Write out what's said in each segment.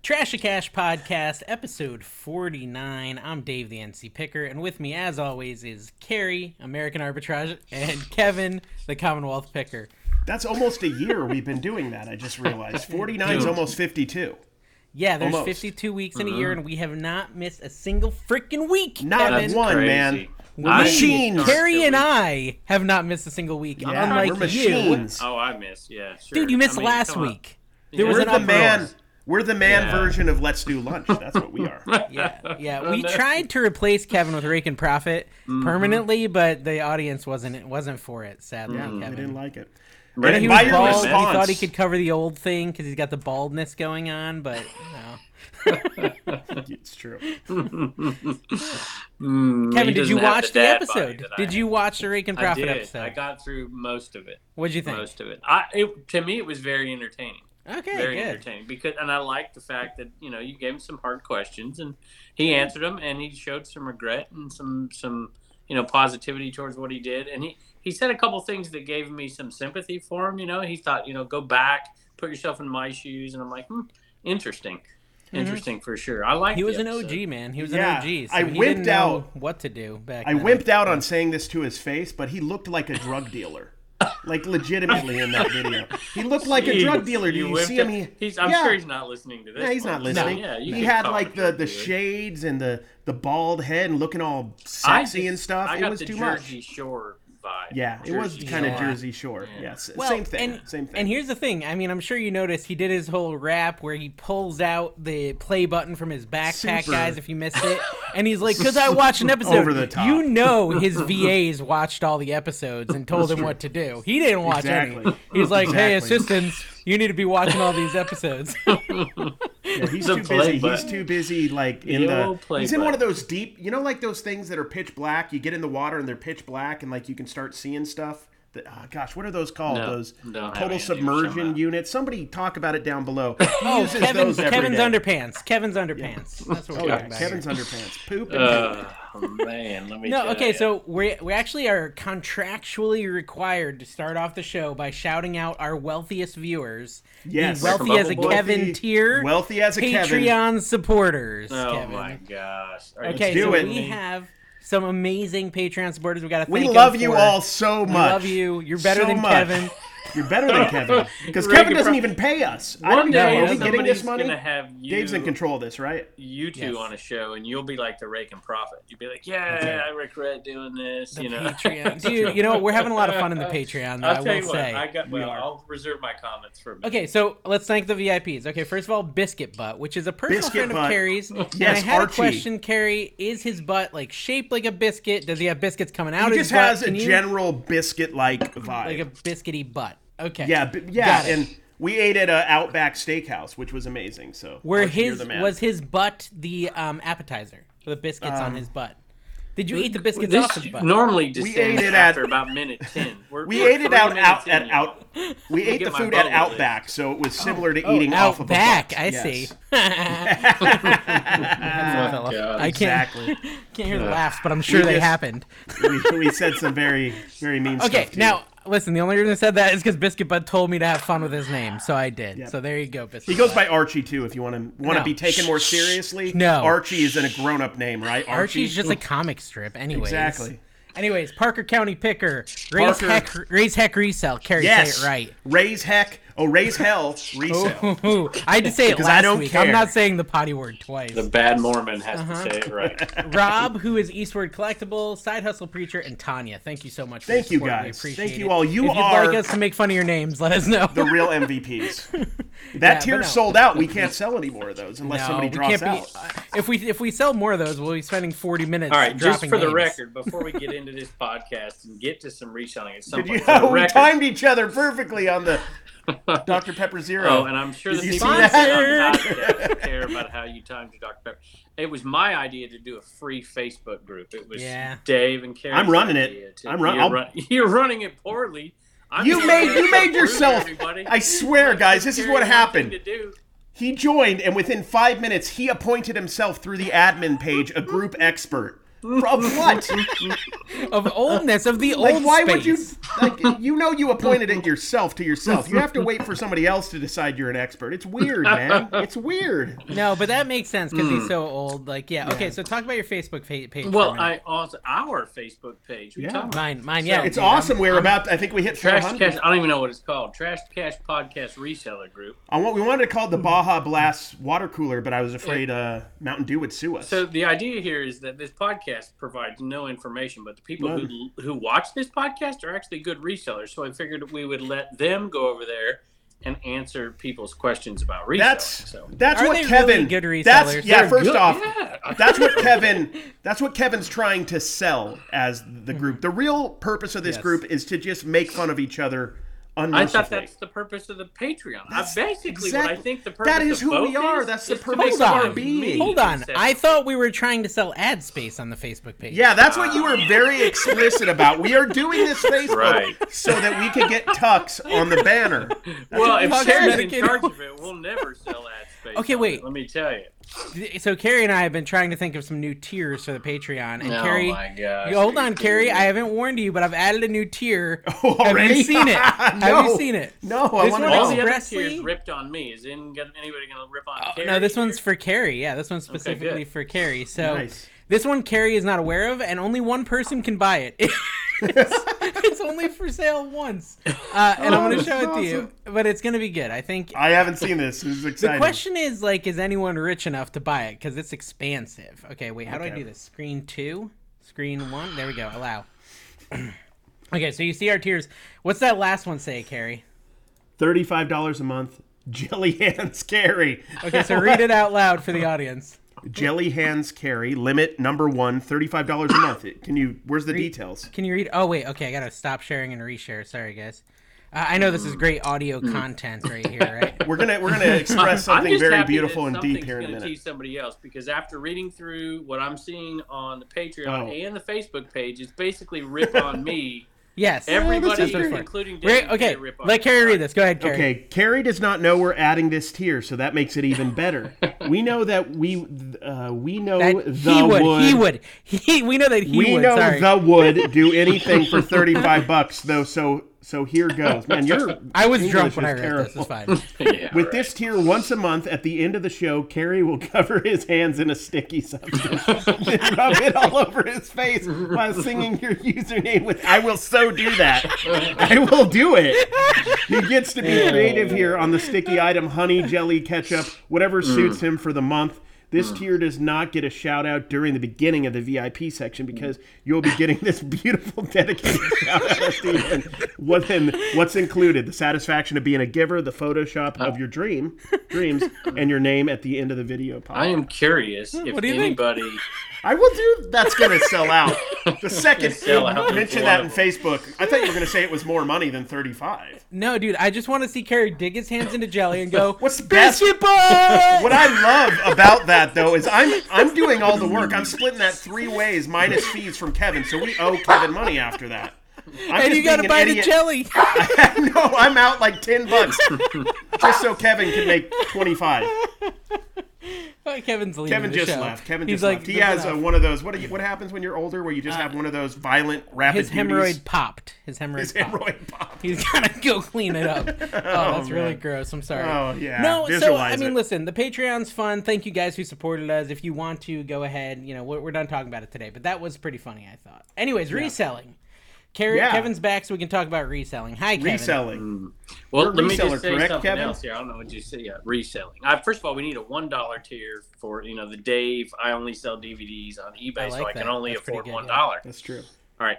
Trash to Cash Podcast, episode 49. I'm Dave, the NC Picker, and with me, as always, is Carrie, American Arbitrage, and Kevin, the Commonwealth Picker. That's almost a year we've been doing that, I just realized. 49 is almost 52. Yeah, there's Almost. Mm-hmm. 52 weeks in a year, and we have not missed a single freaking week. Not Kevin. one, crazy. man. We, I- Machines. Carrie and I have not missed a single week, Yeah, unlike we're you. machines. Oh, I missed. Yeah, sure. Dude, you missed I mean, last come on. week. There was We're an the uproar. man. We're the man Yeah. version of Let's Do Lunch. That's what we are. Yeah, yeah. We tried to replace Kevin with Rake and Profit Mm-hmm. permanently, but the audience wasn't wasn't for it. Sadly, I Kevin. didn't like it. Right. And He was by your bald. response, He thought he could cover the old thing because he's got the baldness going on, but no. it's true. Mm, he Kevin, did doesn't you have watch the, dad body episode? that I Did have. you watch the Rake and I Profit did. episode? I got through most of it. What'd you think? Most of it. I it, to me, it was very entertaining. Okay, very good. entertaining because, and I liked the fact that you know you gave him some hard questions and he answered them, and he showed some regret and some some you know positivity towards what he did, and he he said a couple things that gave me some sympathy for him. You know, he thought you know go back, put yourself in my shoes, and I'm like, hmm, interesting, Mm-hmm. interesting for sure. I like. He was an OG man. He was Yeah, an OG. So I he wimped didn't know out. what to do back. I then. wimped out on saying this to his face, but he looked like a drug dealer. Like legitimately in that video. He looked like a drug dealer. Do you, see him? He, he's, I'm yeah. sure he's not listening to this. Yeah, he's one. not So, listening. yeah, you he can had call like him the, drug the dealer. shades and the, the bald head and looking all I sexy just- and stuff. I it got was the too Jersey much. Shore vibe. Yeah, it was Jersey kind of Shore. Jersey Shore. Yes, Well, same thing. And, same thing. And here's the thing. I mean, I'm sure you noticed he did his whole rap where he pulls out the play button from his backpack, Super. guys. If you missed it, and he's like, "Cause I watched an episode." Over the top. You know, his VAs watched all the episodes and told him what to do. He didn't watch any. Exactly. He's like, "Hey, Exactly. assistants, you need to be watching all these episodes." Yeah, he's The too play busy. He's button. too busy. Like in The the, old play he's in one of button. those deep. You know, like those things that are pitch black. You get in the water and they're pitch black, and like you can start seeing stuff. That, oh, gosh, what are those called? No, those don't have any total idea. submersion Somehow. units. Somebody talk about it down below. He oh, uses Kevin's, those every Kevin's day. underpants. Kevin's underpants. That's what we're talking Oh, yeah, about. Kevin's underpants. Poop. And Oh man, let me. No, tell okay, ya. so we we actually are contractually required to start off the show by shouting out our wealthiest viewers. Yes. the wealthy as a Wealthy- Kevin tier, Wealthy as a Patreon Kevin. supporters. Oh Kevin. my gosh. Are you Okay, do so it. we have some amazing Patreon supporters. We got to We thank love them you for- all so much. We love you. You're better So than much. Kevin. You're better than Kevin because Rick, Kevin you're doesn't pro- even pay us. I One don't day know. Are we uh, somebody's getting this money? gonna have you, Dave's in control of this, right? You two Yes. on a show, and you'll be like the rake and profit. You'll be like, yeah, I regret doing this. you know, Patreon. Dude, you know what? We're having a lot of fun in the Patreon. I'll I tell will you what. say. I got. We Well, are. I'll reserve my comments for. A minute. Okay, so let's thank the VIPs. Okay, first of all, Biscuit Butt, which is a personal Biscuit friend Butt. of Carrie's. and I Yes, had Archie. a question, Carrie. Is his butt like shaped like a biscuit? Does he have biscuits coming out He of his just has butt? a Can you- general biscuit-like vibe. like a biscuity butt. Okay. yeah, b- yeah, Got it. and we ate at a Outback Steakhouse, which was amazing. So Where Archie, you're his the man. was his butt the um, appetizer, the biscuits Um, on his butt. Did you eat the biscuits This off his butt? normally descends ate it at- after about minute ten. We're, we we're ate it three out minutes out in, at y'all. out. We ate the get my food bubble at lid. Outback, so it was similar to eating out off of a back, butt. Oh. I Yes. see. Oh, God. I can't Exactly. can't hear the laughs, but I'm sure they just- happened. we, we said some very very mean stuff. Okay, to you. now listen. The only reason I said that is because Biscuit Bud told me to have fun with his name, so I did. So there you go, Biscuit. He goes by Archie too. If you want to want to No. be taken more seriously, No. Archie is in a grown-up name, right? Archie? Archie's just a comic strip, anyways. Exactly. Anyways, Parker County Picker, raise Parker. heck, raise heck, resell. Carrie, yes, say it right. Oh. Raise heck, oh raise hell, resale. Ooh, I had to say it Because last I don't week. care. I'm not saying the potty word twice. The bad Mormon has Uh-huh. to say it right. Rob, who is Eastward Collectible, Side Hustle Preacher, and Tanya. Thank you so much. For Thank you, your support. We guys. appreciate Thank you it. all. You if you'd are- like us to make fun of your names, let us know. the real MVPs. That but tier no. sold out. We can't sell any more of those unless No, somebody we drops can't out. be. If we if we sell more of those, we'll be spending 40 minutes. All right, just dropping for the names. record, before we get into this podcast and get to some reselling at some Did you point, for the we record- timed each other perfectly on the Dr. Pepper Zero. Oh, and I'm sure Did the you people see that? on podcast care about how you timed your Dr. Pepper. It was my idea to do a free Facebook group. It was Yeah. Dave and Carrie. I'm running it. I'm run- I'll- You're, run- you're running it poorly. I'm You just made- running you it made for the group, yourself. everybody. I swear, guys, this is Carrie what had nothing happened. to do. He joined, and within five minutes, he appointed himself through the admin page a group expert. Of what? of oldness of the like old why space. would you like you know you appointed it yourself to yourself. You have to wait for somebody else to decide you're an expert. It's weird, man. It's weird. No, but that makes sense because Hmm. he's so old. Like, yeah. Okay, so talk about your Facebook fa- page. for a Well, minute. I also our Facebook page. What are you Yeah. talking about? mine, mine, yeah. It's dude, awesome. We're about I think we hit Trash 400. Cash. I don't even know what it's called. Trash Cash Podcast Reseller Group. I want, we wanted to call it the Baja Blast water cooler, but I was afraid uh, Mountain Dew would sue us. So the idea here is that this podcast provides no information, but the people who who watch this podcast are actually good resellers. So I figured we would let them go over there and answer people's questions about reselling. that's so that's Are what they really Kevin. good resellers? that's yeah. They're first Good, off, yeah. that's what Kevin. That's what Kevin's trying to sell as the group. The real purpose of this Mm-hmm. Yes. group is to just make fun of each other. I thought unmercifully. that's the purpose of the Patreon. I That's basically what I exactly- think the that purpose is of who we both are. is, That's the is to purpose make of fun our me being. Hold on. instead of- I thought we were trying to sell ad space on the Facebook page. Yeah, that's what you were very explicit about. We are doing this Facebook Right. so that we can get Tux on the banner. well, if Fox Sharon's in Medicaid. charge of it, we'll never sell ad space. Okay, on it, wait. Let me tell you. So Carrie and I have been trying to think of some new tiers for the Patreon, and Carrie. oh my gosh. Hold on, Carrie. I haven't warned you, but I've added a new tier. Have Already? you seen it? Have you No. seen it? No, I This want one All is- to the know. other Expressly- tiers ripped on me. Is in, gonna- anybody going to rip on Oh, Carrie? no, this one's for Carrie. Yeah, this one's good. specifically for Carrie. So Nice. this one Carrie is not aware of, and only one person can buy it. It's, it's only for sale once, uh, and I'm Oh, going to that's show it to you. awesome. But it's going to be good, I think. I haven't seen this. This is The exciting. question is like, is anyone rich enough to buy it? Because it's expansive. Okay, wait, how do I Okay. do this? Screen two, screen one. There we go. Allow. okay, so you see our tiers. What's that last one say, Carrie? Thirty-five dollars a month. Jelly hands carry. Okay, so read it out loud for the audience. Jelly hands carry limit number one. Thirty-five dollars a month. It- Can you? Where's the details? Can you read? Oh wait, okay, I gotta stop sharing and reshare. Sorry, guys. Uh, I know this is great audio Hmm. content right here, right? We're gonna we're gonna express I'm something just very happy that beautiful and deep something's here in a gonna minute. Tease somebody else because after reading through what I'm seeing on the Patreon Oh. and the Facebook page, it's basically rip on me. Yes. Everybody, That's what it's for. including Wait, Dave, okay, can rip on let me. Carrie read this. Go ahead, Carrie. Okay, Carrie does not know we're adding this tier, so that makes it even better. we know that we uh, we know That the he would, He would. He. We know that he we would. know sorry. the would do anything for thirty five bucks though. So so here goes, man. You're I was English drunk when is I read this. terrible. It's fine. Yeah, with right. this tier once a month at the end of the show. Carrie will cover his hands in a sticky substance, then rub it all over his face while singing your username. With I will so do that. I will do it. He gets to be creative here on the sticky item: honey, jelly, ketchup, Mm. whatever suits him for the month. This tier does not get a shout out during the beginning of the VIP section because you'll be getting this beautiful dedicated shout out at the end. What in, what's included? The satisfaction of being a giver, the Photoshop of your dream, dreams, and your name at the end of the video. Pop. I am curious if What do you think? anybody. I will do. That's gonna sell out. The second Sell out. you mentioned that in Facebook, I thought you were gonna say it was more money than thirty-five. No, dude, I just want to see Carrie dig his hands into jelly and go, What's the best? basketball? What I love about that though is I'm I'm doing all the work. I'm splitting that three ways minus fees from Kevin, so we owe Kevin money after that. I'm and you got gotta buy the jelly. no, I'm out like ten bucks just so Kevin can make twenty five. Kevin's leaving. Kevin the just show. left. Kevin He's just like, left. He "This is has uh enough." one of those. What do you, what happens when you're older where you just have one of those violent rapid Uh, his duties? hemorrhoid popped. His hemorrhoid. His popped. hemorrhoid pop. He's gotta go clean it up. Oh, that's really man. gross. I'm sorry. Oh yeah. No, so Visualize I mean, it. listen, the Patreon's fun. Thank you guys who supported us. If you want to, go ahead. You know, we're, we're done talking about it today, but that was pretty funny. I thought. Anyways, reselling. Carrie, Yeah. Kevin's back, so we can talk about reselling. Hi, Kevin. reselling. hmm. Well, You're a let me reseller, just say correct, something Kevin? else here. I don't know what you see. Yeah, reselling. Uh, first of all, we need a one dollar tier for you know the Dave. I only sell DVDs on eBay, I so like I can that. only That's pretty afford good, one yeah. dollar. That's true. All right.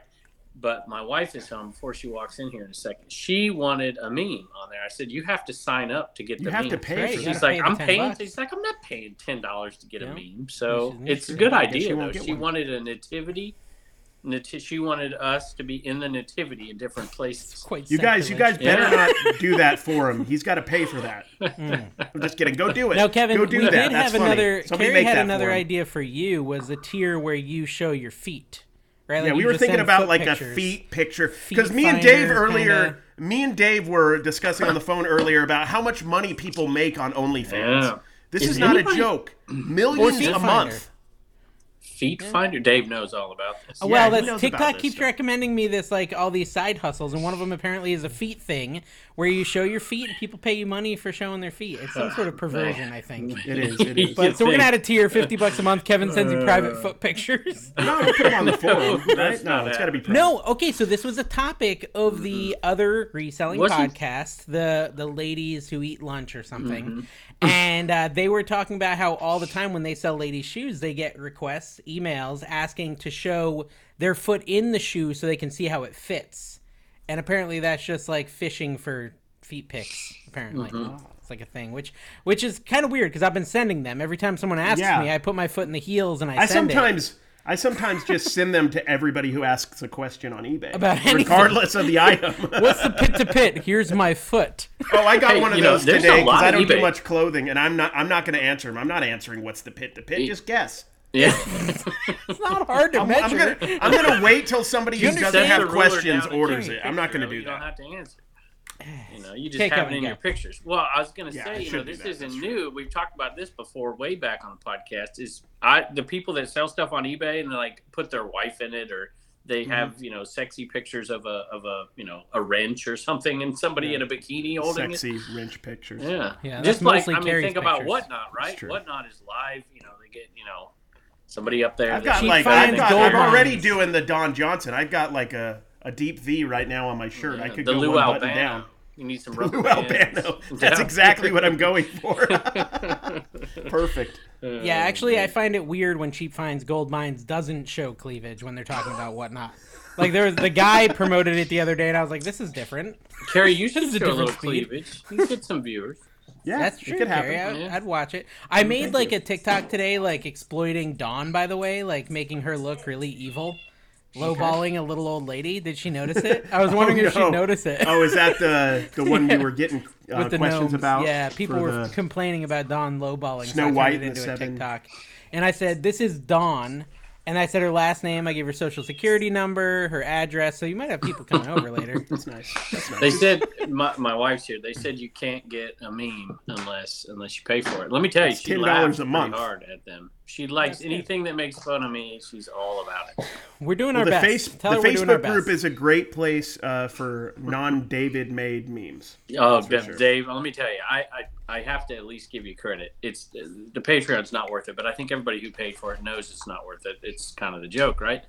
But my wife is home before she walks in here in a second. She wanted a meme on there. I said, You have to sign up to get You the have meme. to pay Great, for you that. gotta She's pay like, the I'm 10 paying. bucks. She's like, I'm not paying ten dollars to get Yeah. a meme. You So should- you it's a should. good I guess she idea won't though. get She one. wanted a nativity. Nati- she wanted us to be in the nativity in different places. Quite You guys, you guys sacrilege. better Yeah. not do that for him. He's got to pay for that. I'm just kidding. Go do it. Mm. Now, Kevin, go we do did that. have That's funny. another. Somebody Carrie make had that another for him. idea for you. Was the tier where you show your feet, right? Like Yeah, you we were just thinking send about foot like a pictures. feet picture because Feet me and Dave finder, earlier, kinda. me and Dave were discussing on the phone earlier about how much money people make on OnlyFans. Yeah. This is, Is not a anybody- joke. Millions feet a finder. month. Feet Finder. Dave knows all about this. Oh, Yeah, well, who that's knows TikTok about this keeps stuff? recommending me this like all these side hustles, and one of them apparently is a feet thing where you show your feet and people pay you money for showing their feet. It's some sort of perversion, I think. It is. It is. But so we're gonna add think- a tier, fifty bucks a month. Kevin sends you private foot pictures. no, put them on the forum, right? that's No, not it's it. got to be. private. No, okay, so this was a topic of the other reselling Was it? podcast, the the ladies who eat lunch or something, and uh, they were talking about how all the time when they sell ladies shoes, they get requests, emails asking to show their foot in the shoe so they can see how it fits, and apparently that's just like fishing for feet pics. Apparently, it's like a thing, which which is kind of weird because I've been sending them every time someone asks Yeah. me, I put my foot in the heels and I, I send it. sometimes I sometimes just send them to everybody who asks a question on eBay, About anything. regardless of the item. What's the pit to pit? Here's my foot. oh, I got Hey, one of you know, those there's today a lot because I of don't do eBay. much clothing, and I'm not I'm not going to answer them. I'm not answering what's the pit to pit. Just guess. Yeah. It's not hard to measure. I'm gonna I'm gonna wait till somebody who doesn't Send the have ruler questions down and orders take a it. I'm not picture, going to do though. You don't that. have to answer. You know, you just Take have up it in and your go. pictures. Well, I was gonna Yeah, I say, you should know, do this that. isn't That's new. We've talked about this before, way back on the podcast. Is I the people that sell stuff on eBay and they like put their wife in it, or they Mm-hmm. have you know sexy pictures of a of a you know a wrench or something, and somebody Yeah. in a bikini holding Sexy wrench pictures. it. Yeah, Yeah, that's Just like mostly I mean, Carrie's think about pictures. whatnot, right? true. Whatnot is live. You know, they get you know somebody up there. I've that's- got Cheap like finds, I've got, gold I'm already mines. doing the Don Johnson. I've got like a, a deep V right now on my shirt. I Yeah, could Uh, the go Lou one Albano. button down. You need some rubber Lou bands. Albano. That's Yeah. exactly what I'm going for. Perfect. yeah, actually, I find it weird when Cheap Finds Gold Mines doesn't show cleavage when they're talking about whatnot. Like there was the guy promoted it the other day, and I was like, "This is different." Carrie, you should This is a show a little different speed. cleavage. You get some viewers. Yeah, That's true. It could happen. Carrie. I, Yeah. I'd watch it. I made like a TikTok today, like exploiting Dawn. By the way, like making her look really evil, lowballing a little old lady. Did she notice it? I was wondering if Oh, no. she'd notice it. Oh, is that the the one you were getting uh, with the questions gnomes. about? Yeah, people for were the- complaining about Dawn lowballing. so Snow I turned White it and the into a Seven. TikTok, and I said, "This is Dawn." And I said her last name. I gave her social security number, her address. So you might have people coming over later. That's nice. That's nice. They said my, my wife's here. They said you can't get a meme unless unless you pay for it. Let me tell you, It's she $10 laughs a pretty month. hard at them. She likes That's good. anything that makes fun of me. She's all about it. We're doing Well, our the best. face, Tell her the we're doing our Facebook best. group is a great place uh, for non David made memes. Oh, for Dave, sure. Dave, let me tell you, I, I I have to at least give you credit. It's the Patreon's not worth it, but I think everybody who paid for it knows it's not worth it. It's kind of the joke, right?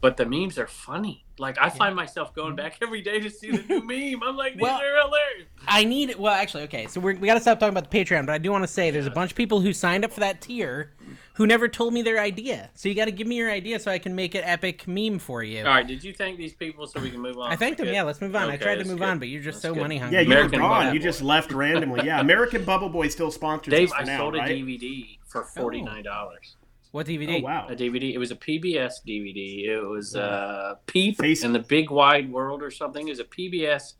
But the memes are funny. Like I find myself going back every day to see the new meme. I'm like, these Well- are hilarious. I need. Well, actually, okay. So we're, we got to stop talking about the Patreon, but I do want to say there's a bunch of people who signed up for that tier, who never told me their idea. So you got to give me your idea so I can make an epic meme for you. All right, did you thank these people so we can move on? I thanked them. Good. Yeah, let's move on. I Okay, tried to that's move good. on, but you're just That's so good. money hungry. Yeah, you American were gone. Bubble You Boy. just left randomly. Yeah, American Bubble Boy still sponsors Dave, us for I now, sold a right? DVD for forty nine dollars. What DVD? Oh wow. A DVD. It was a PBS DVD. It was uh, Peep Face- and the Big Wide World or something. It was a PBS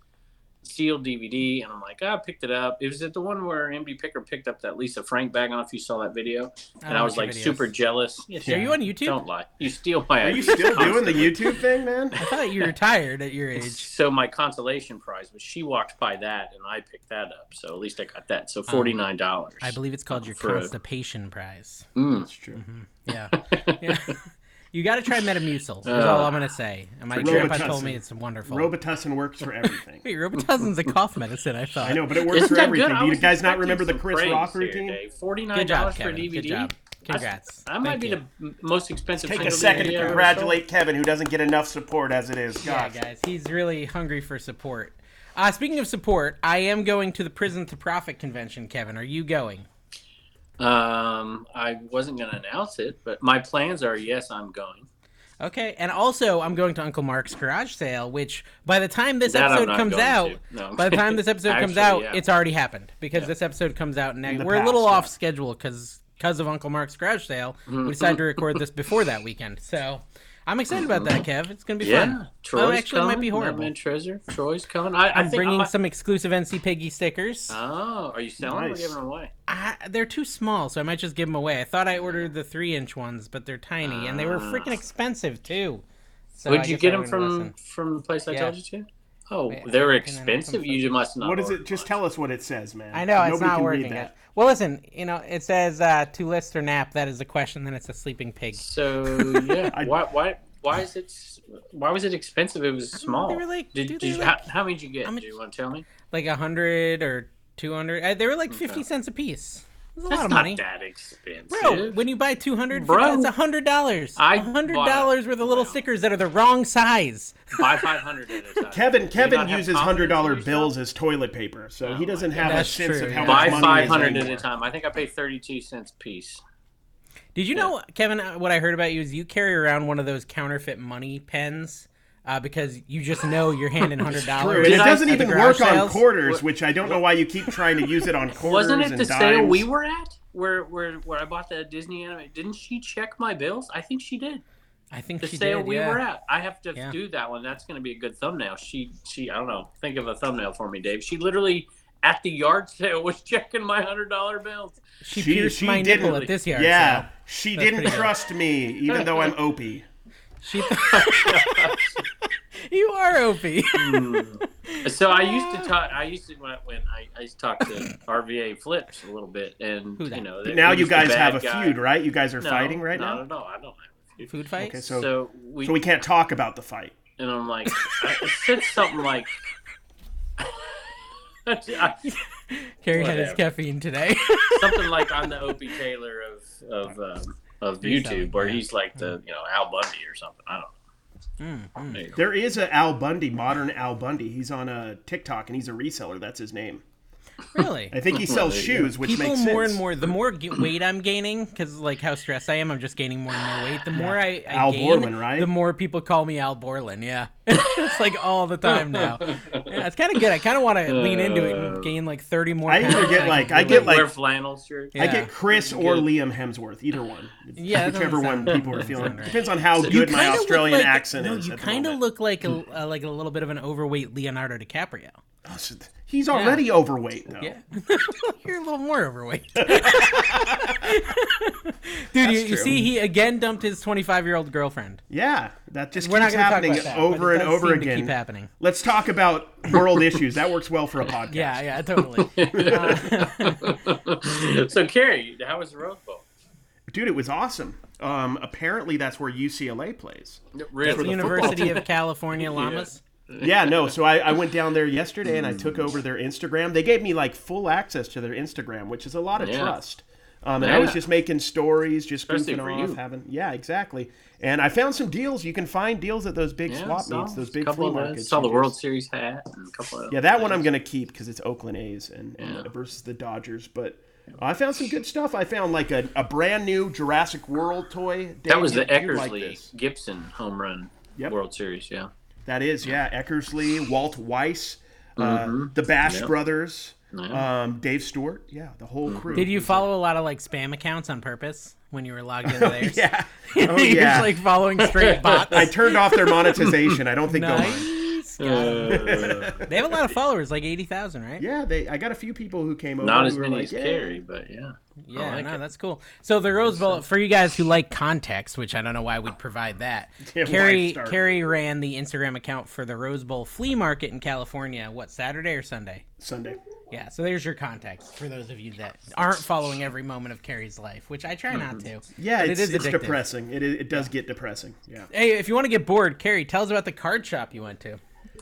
sealed DVD, and I'm like, I picked it up. It was at the one where MD Picker picked up that Lisa Frank bag. I don't know if you saw that I video, and don't I was your like videos. super jealous. Are you on YouTube? Don't lie. You steal my. Are you still ideas. doing the YouTube thing, man? I thought you retired at your age. So my consolation prize was she walked by that, and I picked that up. So at least I got that. Um, So forty nine dollars. Mm. I believe it's called your For a- constipation prize. That's true. Yeah. yeah. You got to try Metamucil. That's Uh, all I'm gonna say. And my grandpa told Robitussin. me it's wonderful. Robitussin works for everything. Wait, Robitussin's a cough medicine. I thought. I know, but it works Isn't for that good? everything. I Do you was guys not expecting remember the some Chris praise Rock here, routine? Dave. Forty-nine Good job, dollars for a Kevin. DVD. Good job. Congrats. That might Thank be you. the m- most expensive. Take a single second DVD to I ever congratulate Kevin, who doesn't get enough support as it is. Yeah, Gosh. guys, he's really hungry for support. Uh, speaking of support, I am going to the Prison to Profit convention. Kevin, are you going? sold. Um, I wasn't going to announce it, but my plans are yes, I'm going. Okay, and also I'm going to Uncle Mark's garage sale, which by the time this That I'm episode not comes going out, to. No, I'm by the time this episode comes Actually, out, yeah. it's already happened because this episode comes out next. the We're a little past, off schedule because of Uncle Mark's garage sale. Mm-hmm. We decided to record this before that weekend, so I'm excited about that, Kev. It's gonna be Mm-hmm. Yeah, fun. Troy's oh, actually, it coming. might be horrible. Redman Treasure, Troy's coming. I, I I'm think bringing I- some exclusive NC Piggy stickers. Oh, are you selling Nice. or giving them away? I, they're too small, so I might just give them away. I thought I ordered the three inch ones, but they're tiny and they were freaking expensive too. So I Would Ah. you guess get I them wouldn't from listen. from the place I Yeah. told you to? Oh, Wait, they're I can- I can expensive. open You must not. What is order it? Just much. tell us what it says, man. I know it's Nobody not can read working. that. It. Well, listen, you know, it says uh, to list or nap. That is the question. Then it's a sleeping pig. So yeah, I- why why why is it s- why was it expensive? It was small. They were like- did, dude, did they you, were how, like- how many did you get? how much- Do you want to tell me? Like a hundred or two hundred. Uh, they were like fifty Okay. cents a piece. It was a That's lot of not money. that expensive. Bro, when you buy 200, Bro. it's hundred dollars. I hundred bought- dollars worth of little Wow. stickers that are the wrong size. buy five hundred at a time. Kevin Do you Kevin not have uses confidence hundred in dollar yourself? bills as toilet paper, so Oh he my doesn't God. have That's a sense true, of how yeah. much Buy money five is hundred at a anymore. time. I think I pay thirty-two cents a piece. Did you know, Kevin? uh, What I heard about you is you carry around one of those counterfeit money pens uh, because you just know you're handing hundred True, dollars. and it Did I- doesn't at the even garage work on sales? quarters, which I don't know why you keep trying to use it on quarters Wasn't it and the dimes. sale we were at, where where where I bought the Disney anime? Didn't she check my bills? I think she did. I think The she sale did. we yeah. were at. I have to Yeah. do that one. That's going to be a good thumbnail. She she I don't know. Think of a thumbnail for me, Dave. She literally at the yard sale was checking my hundred dollar bills. She, She- pierced she my nipple didn't- at this yard. Yeah, sale. she That's didn't pretty good. trust me, even though I'm Opie. She you are Opie. So I used to talk. I used to when I, when I, I used to talk to RVA Flips a little bit, and Who you that? know But that now he you was the guys bad have a guy. feud, right? You guys are No, fighting right not now. at all. I don't have a feud. Food fight. Okay, so- So, we So we can't talk about the fight. and I'm like, I said something like. I- Carrie had his whatever. caffeine today. something like I'm the Opie Taylor of of um, of He's selling, YouTube, where yeah. he's like the you know Al Bundy or something. I Mm, mm. don't know. There you go. There is a Al Bundy, modern Al Bundy. He's on a TikTok and he's a reseller. That's his name. Really. I think he sells there you shoes, which People makes more sense. and more, the more g- weight I'm gaining, because like how stressed I am, I'm just gaining more and more weight. The more I, I Al gain, Borland, right? The more people call me Al Borland. Yeah, it's like all the time now. Yeah, it's kind of good. I kind of want to lean into it Uh, and gain like 30 more. I either pounds get, so like- can I do get, it. like- Wear flannel shirt. Yeah. I get Chris or Good. Liam Hemsworth, either one. Yeah, that doesn't whichever one sound- people are doesn't feeling. sound right. Depends on how So you good my kinda look Australian like- accent no, is. you at the kind of moment. Hmm. look like a uh, like a little bit of an overweight Leonardo DiCaprio. Oh, so th- He's already overweight though. Yeah, you're a little more overweight. Dude, you, you true. see, he again dumped his 25 year old girlfriend. Yeah, that just We're not keeps going to talk happening about that, over but it and does over seem to again. Keep happening. Let's talk about world issues. That works well for a podcast. Yeah, yeah, totally. Uh, so Carrie, how was the Rose Bowl? Dude, it was awesome. Um, apparently, that's where UCLA plays. Really? the University of California Llamas. Yeah, no. So I, I went down there yesterday and I took over Hmm. their Instagram. They gave me like full access to their Instagram, which is a lot of Yeah. trust. Um, and I was Yeah. just making stories, just Especially goofing for off, you. having yeah, exactly. And I found some deals. You can find deals at those big Yeah, swap saw- meets, those big couple flea of those. markets. Saw the You World just- Series hat and a couple of Yeah, that one I'm gonna keep because it's Oakland A's and, and Yeah. versus the Dodgers. But I found some good stuff. I found like a, a brand new Jurassic World toy. That was the Dave, you'd- you'd like Eckersley this. Gibson home run Yep. World Series. Yeah. That is, yeah. Eckersley, Walt Weiss, uh, the Bash Mm-hmm. Yep. Mm-hmm. Brothers, Yeah. um, Dave Stewart. Yeah, the whole crew. Did you follow a lot of like spam accounts on purpose when you were logged into theirs? Yeah. You're Oh, yeah. just like following straight bots. I turned off their monetization. I don't think they'll mind. nice. Uh, They have a lot of followers, like 80,000, right? Yeah, they. I got a few people who came over. not as who were many like, as "Yeah." Carrie, but yeah. Yeah, like no, it. that's cool. So the Rose Bowl for you guys who like context, which I don't know why we'd provide that. Yeah, why Carrie start? Carrie ran the Instagram account for the Rose Bowl flea market in California. What Saturday or Sunday? Sunday. Yeah, so there's your context for those of you that aren't following every moment of Carrie's life, which I try not to. Mm-hmm. Yeah, but it's, it is it's addictive. depressing. It, is- it does get depressing. Yeah. Hey, if you want to get bored, Carrie, tell us about the card shop you went to.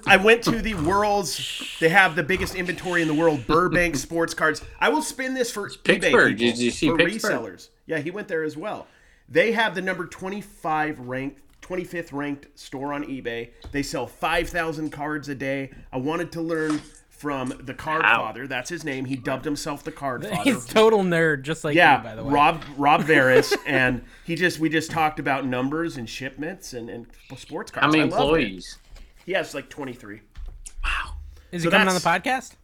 I went to the world's. They have the biggest inventory in the world. Burbank sports cards. I will spin this for eBay Pittsburgh. people, Did you see for Pittsburgh? resellers. Yeah, he went there as well. They have the number twenty-five ranked, twenty-fifth ranked store on eBay. They sell five thousand cards a day. I wanted to learn from the Card Wow. Father. That's his name. He dubbed himself the Card Father. He's total nerd, just like Yeah, you, by the way. Rob Rob Veris, and he just we just talked about numbers and shipments and, and sports cards. How many I loved it. employees? He has like twenty-three. is so he coming on the that's- podcast?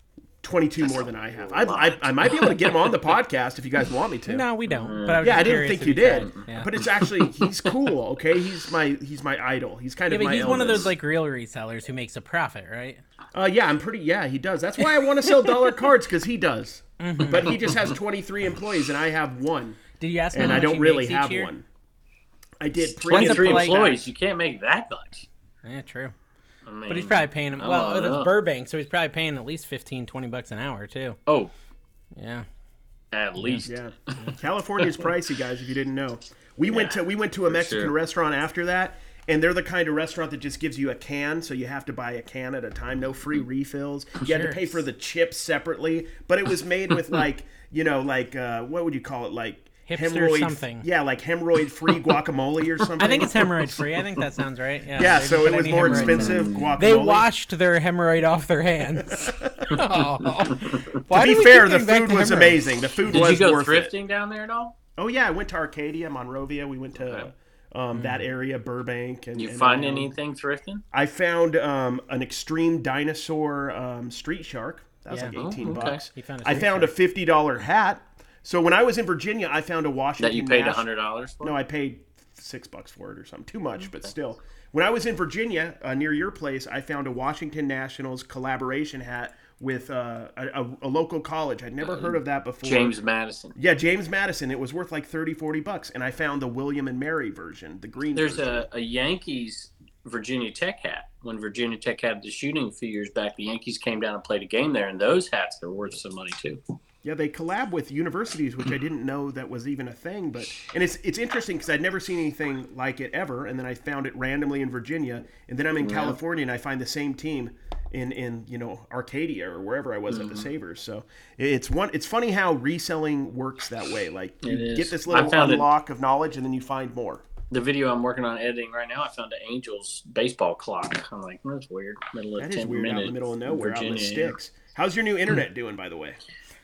22 more than I have. I, lot. I, I might be able to get him on the podcast if you guys want me to. No, we don't. But I was Yeah, just I didn't curious think if you he tried. did. Yeah. But it's actually he's cool, okay? He's my he's my idol. He's kind Yeah, of but my he's one of Elvis. those like real resellers who makes a profit, right? uh yeah, I'm pretty yeah, he does. That's why I want to sell dollar cards cuz he does. Mm-hmm. But he just has 23 employees and I have one Did you ask him? and how I much don't he really makes each have year? one. I did pre- When's the Twenty-three polite guy? employees. You can't make that much. Yeah, true. I mean, But he's probably paying him. I Well, don't know. that's Burbank, so he's probably paying at least 15, 20 bucks an hour too. oh, Yeah. at least Yeah, California's pricey, guys. If you didn't know, we went to we went to a Mexican sure. restaurant after that, and they're the kind of restaurant that just gives you a can, so you have to buy a can at a time, no free Mm-hmm. refills. You had to Sure. pay for the chips separately, but it was made with like you know like uh, what would you call it like Hipster hemorrhoid something. Yeah, like hemorrhoid free guacamole or something. I think it's hemorrhoid free. I think that sounds right. Yeah. yeah, they so put it was any more hemorrhoids in it. expensive guacamole. They washed their hemorrhoid off their hands. oh. Why To do be we fair, keep the going back food to was hemorrhoids? amazing. The food Did was you go worth it. thrifting down there at all? Oh yeah, I went to Arcadia, Monrovia. We went to Okay. Mm-hmm. um, that area, Burbank. And You and um, find around. anything thrifting? I found um, an extreme dinosaur um, street shark. That was Yeah. like eighteen Oh, okay. bucks. He found a I street found a fifty dollar hat. So when I was in Virginia, I found a Washington That you paid National- hundred Mm, dollars for? No, I paid six bucks for it or something. Too much, but still. When I was in Virginia, uh, near your place, I found a Washington Nationals collaboration hat with uh, a, a, a local college. I'd Uh, never heard of that before. James Madison. Yeah, James Madison. It was worth like 30, 40 bucks, and I found the William and Mary version, the green. There's version. a, a Yankees Virginia Tech hat. When Virginia Tech had the shooting a few years back, the Yankees came down and played a game there, and those hats are worth some money too. Yeah, they collab with universities, which I didn't know that was even a thing. But and it's it's interesting because I'd never seen anything like it ever, and then I found it randomly in Virginia, and then I'm in California and I find the same team in in you know Arcadia or wherever I was at Mm-hmm. the Savers. So it's one it's funny how reselling works that way. Like you It is. get this I little found it- unlock of knowledge, and then you find more. The video I'm working on editing right now, I found an Angels baseball clock. I'm like, well, that's weird. Middle of That is 10 weird out in minute the middle of nowhere, out in the Virginia. sticks. How's your new internet doing, by the way?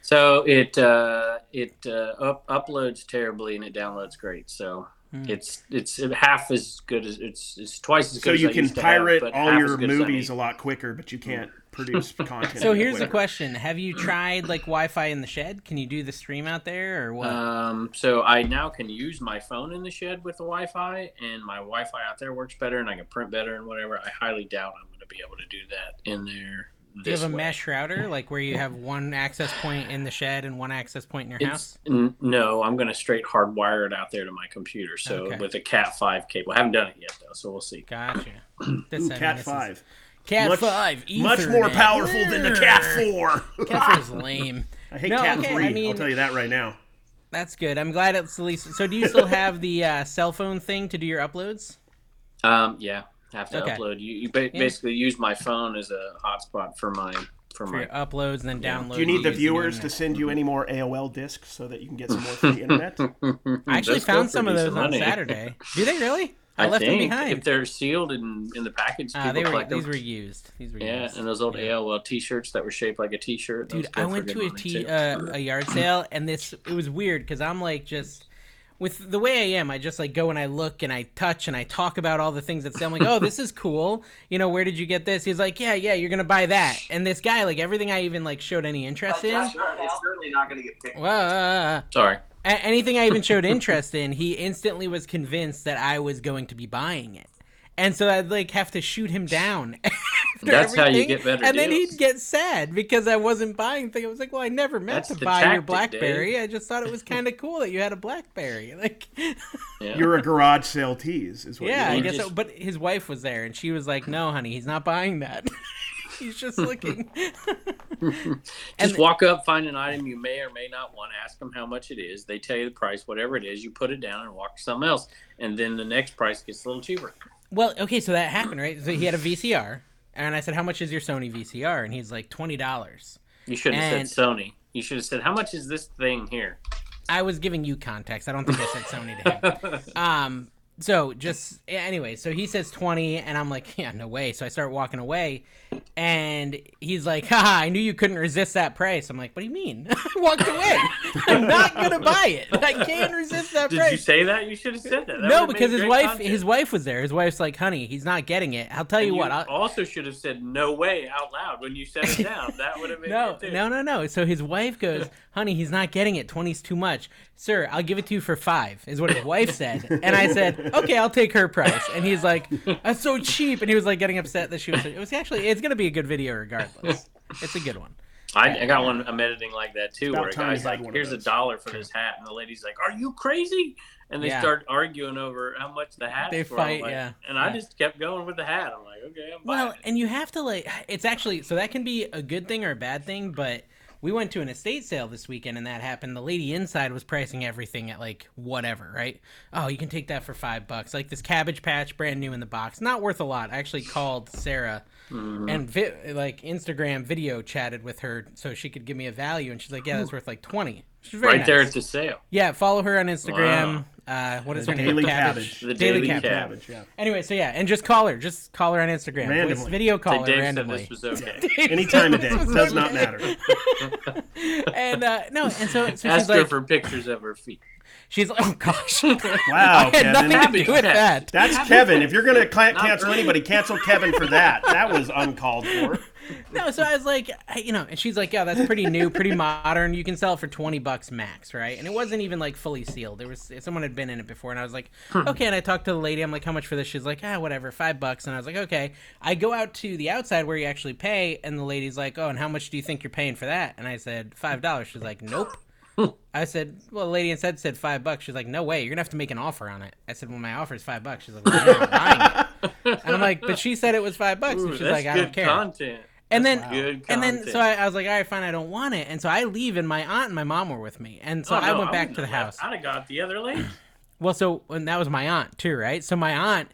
So it uh, it uh, up, uploads terribly and it downloads great. So Hmm. it's it's half as good as it's it's twice as good. So as you I can used to have, pirate but all half your as good as I movies need. a lot quicker, but you can't produce content. So here's the quicker. question: Have you tried like Wi-Fi in the shed? Can you do the stream out there or what? Uh, Um, so I now can use my phone in the shed with the Wi-Fi, and my Wi-Fi out there works better, and I can print better and whatever. I highly doubt I'm going to be able to do that in there. do you this have a way. mesh router, like where you have one access point in the shed and one access point in your It's, house? n- no, I'm going to straight hardwire it out there to my computer. So Okay. with a Cat five cable, I haven't done it yet though, so we'll see. Gotcha. This, I Ooh, mean, Cat this is- Five. Cat Much- Five. Much more Ethernet. powerful than the Cat Four. Cat Four's lame. I hate No, Cat okay, Three. I mean- I'll tell you that right now. That's good. I'm glad it's at least. So do you still have the uh, cell phone thing to do your uploads? Um, yeah, have to Okay. upload. You, you ba- basically use my phone as a hotspot for my For for my. your uploads and then downloads. Do you need the viewers to to? send you any more AOL discs so that you can get some more free internet? I actually Those go found for some of decent those on money. Saturday. Do they really? I, I, left think them behind. if they're sealed in in the package, Uh, they people were collect them. these were used. These were Yeah, used. and those old AOL T-shirts that were shaped like a T-shirt. Dude, those go I for went good to a money, tea, too. uh, a yard sale, and this it was weird because I'm like just with the way I am, I just like go and I look and I touch and I talk about all the things that I'm like, oh, this is cool. You know, where did you get this? He's like, yeah, yeah, you're gonna buy that. And this guy, like everything I even like showed any interest in, It's certainly not going to get picked. Whoa. Sorry. A- anything I even showed interest in, he instantly was convinced that I was going to be buying it. And so I'd like have to shoot him down. after That's how you everything, get better And then deals. he'd get sad because I wasn't buying things. I was like, well, I never meant That's to the buy your tactic, Dave. BlackBerry. I just thought it was kind of cool that you had a BlackBerry. Like, Yeah. You're a garage sale tease, is what. yeah, I You were guess. just- So, but his wife was there, and she was like, "No, honey, he's not buying that. he's just looking." Just walk up, find an item you may or may not want, ask them how much it is. They tell you the price, whatever it is. You put it down and walk to something else, and then the next price gets a little cheaper. Well, okay, so that happened, right? So he had a VCR, and I said, "How much is your Sony VCR?" And he's like, twenty dollars. You should have And- said Sony. You should have said how much is this thing here? I was giving you context. I don't think I said Sony to him. Um, so just anyway, so he says twenty, and I'm like, yeah, no way. So I start walking away, and he's like, haha, I knew you couldn't resist that price. I'm like, what do you mean? I walked away. I'm not gonna buy it. I can't resist that Did price. you say that? You should have said that. That no, would've made because his great wife, content. his wife was there. His wife's like, honey, he's not getting it. I'll tell And you, you what. I'll, also should have said no way out loud when you said it down. That would have made No, it too. no, no, no. So his wife goes, "Honey, he's not getting it. Twenty's too much, sir. I'll give it to you for five, is what his wife said. And I said, "Okay, I'll take her price." And he's like, "That's so cheap." And he was like getting upset that she was. It was actually. It's gonna be a good video regardless. It's a good one. I, I got one. I'm editing like that too, About where a time guy's you had like, one of "Here's a those. dollar for this hat," and the lady's like, "Are you crazy?" And they Yeah. start arguing over how much the hat. They fight, yeah. And I Yeah. just kept going with the hat. I'm like, okay, I'm buying Well, it." and you have to like it's actually so that can be a good thing or a bad thing, but we went to an estate sale this weekend and that happened. The lady inside was pricing everything at like whatever, right? Oh, you can take that for 5 bucks. Like this cabbage patch brand new in the box. Not worth a lot. I actually called Sarah Mhm. and vi- like Instagram video chatted with her so she could give me a value and she's like, "Yeah, that's worth like 20." She's very right there nice. at the sale, Yeah, follow her on Instagram. Uh, what is her name? Daily cabbage. the Daily Daily, Cabbage. Cabbage. Cabbage, yeah. Anyway, so yeah, and just call her. Just call her on Instagram. Voice Randomly. video call So her Dave randomly. said this was okay. Any time of day does not matter. and uh, no, and so, so she's Ask her like, for pictures of her feet. she's like, oh gosh, Wow, I had Kevin. nothing to do Cabbage. with that. That's Kevin. If you're gonna cla Not cancel really. anybody, cancel Kevin for that. That was uncalled for. No, so I was like, I, you know, and she's like, yeah, that's pretty new, pretty modern. You can sell it for twenty bucks max, right? And it wasn't even like fully sealed. There was someone had been in it before, and I was like, Hmm. okay. And I talked to the lady. I'm like, how much for this? She's like, ah, whatever, five bucks. And I was like, okay. I go out to the outside where you actually pay, and the lady's like, oh, and how much do you think you're paying for that? And I said, five dollars. She's like, nope. I said, well, the lady inside said five bucks. She's like, no way. You're going to have to make an offer on it. I said, well, my offer is five bucks. She's like, well, you're not buying it. And I'm like, but she said it was five bucks. Ooh, and she's that's like, I good don't care. content. And That's then- good And then, content. so I, I was like, all right, fine, I don't want it. And so I leave, and my aunt and my mom were with me. And so Oh, I no, went back wouldn't to the have house. left. I'd have got the other lady. Well, so, and that was my aunt, too, right? So my aunt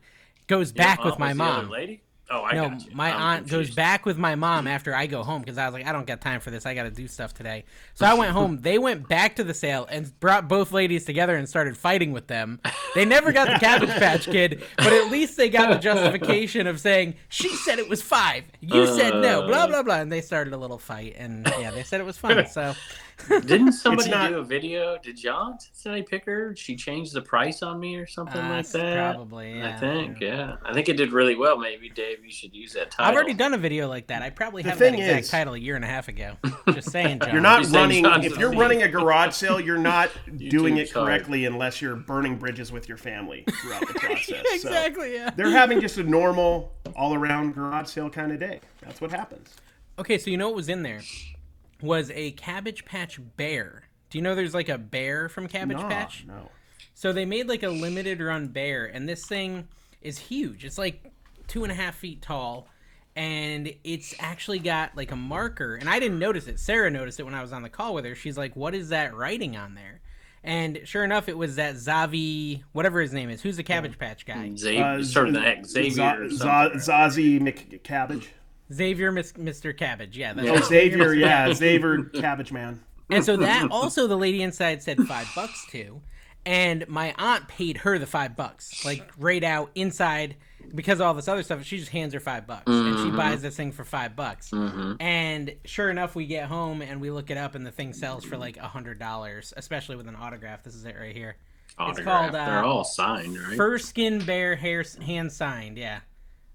goes Your back aunt with my was the other mom. Lady? Oh, I No, got you. my I'm aunt goes confused. back with my mom after I go home because I was like, I don't got time for this. I got to do stuff today. So I went home. They went back to the sale and brought both ladies together and started fighting with them. They never got the Cabbage Patch Kid, but at least they got the justification of saying, she said it was five. You said no, Uh. blah, blah, blah. And they started a little fight. And yeah, they said it was fun. So Didn't somebody not- do a video? Did John Cincinnati Picker? She changed the price on me or something uh, like that. probably, yeah. I think, yeah. I think it did really well. Maybe Dave, you should use that title. I've already done a video like that. I probably The have that thing exact is- title a year and a half ago. Just saying, John. You're not Just saying running. sounds If you're elite. running a garage sale, you're not doing too, it sorry. correctly unless you're burning bridges with your family throughout the process. So exactly, yeah. they're having just a normal, all-around garage sale kind of day. That's what happens. Okay, so you know what was in there? Was a Cabbage Patch bear. Do you know there's like a bear from Cabbage Nah, Patch? No. So they made like a limited run bear, and this thing is huge. It's like two and a half feet tall, and it's actually got like a marker. And I didn't notice it. Sarah noticed it when I was on the call with her. She's like, "What is that writing on there?" And sure enough, it was that Zavi, whatever his name is, who's the Cabbage Patch guy, Xavier, sort of the Uh, heck, Xavier or Uh, Z- Z- something. Zazie McCabbage. Xavier, Mis- Mr. Cabbage. Yeah, that's Oh, Xavier, yeah, Xavier Cabbage Man. And so that also the lady inside said five bucks to, and my aunt paid her the five bucks, like right out inside because of all this other stuff. She just hands her five bucks and she Mm-hmm. buys this thing for five bucks. And sure enough, we get home and we look it up, and the thing sells for like a hundred dollars, especially with an autograph. This is it right here. Autograph. called, uh, They're all signed, right? Fur skin bear hair hand signed. Yeah,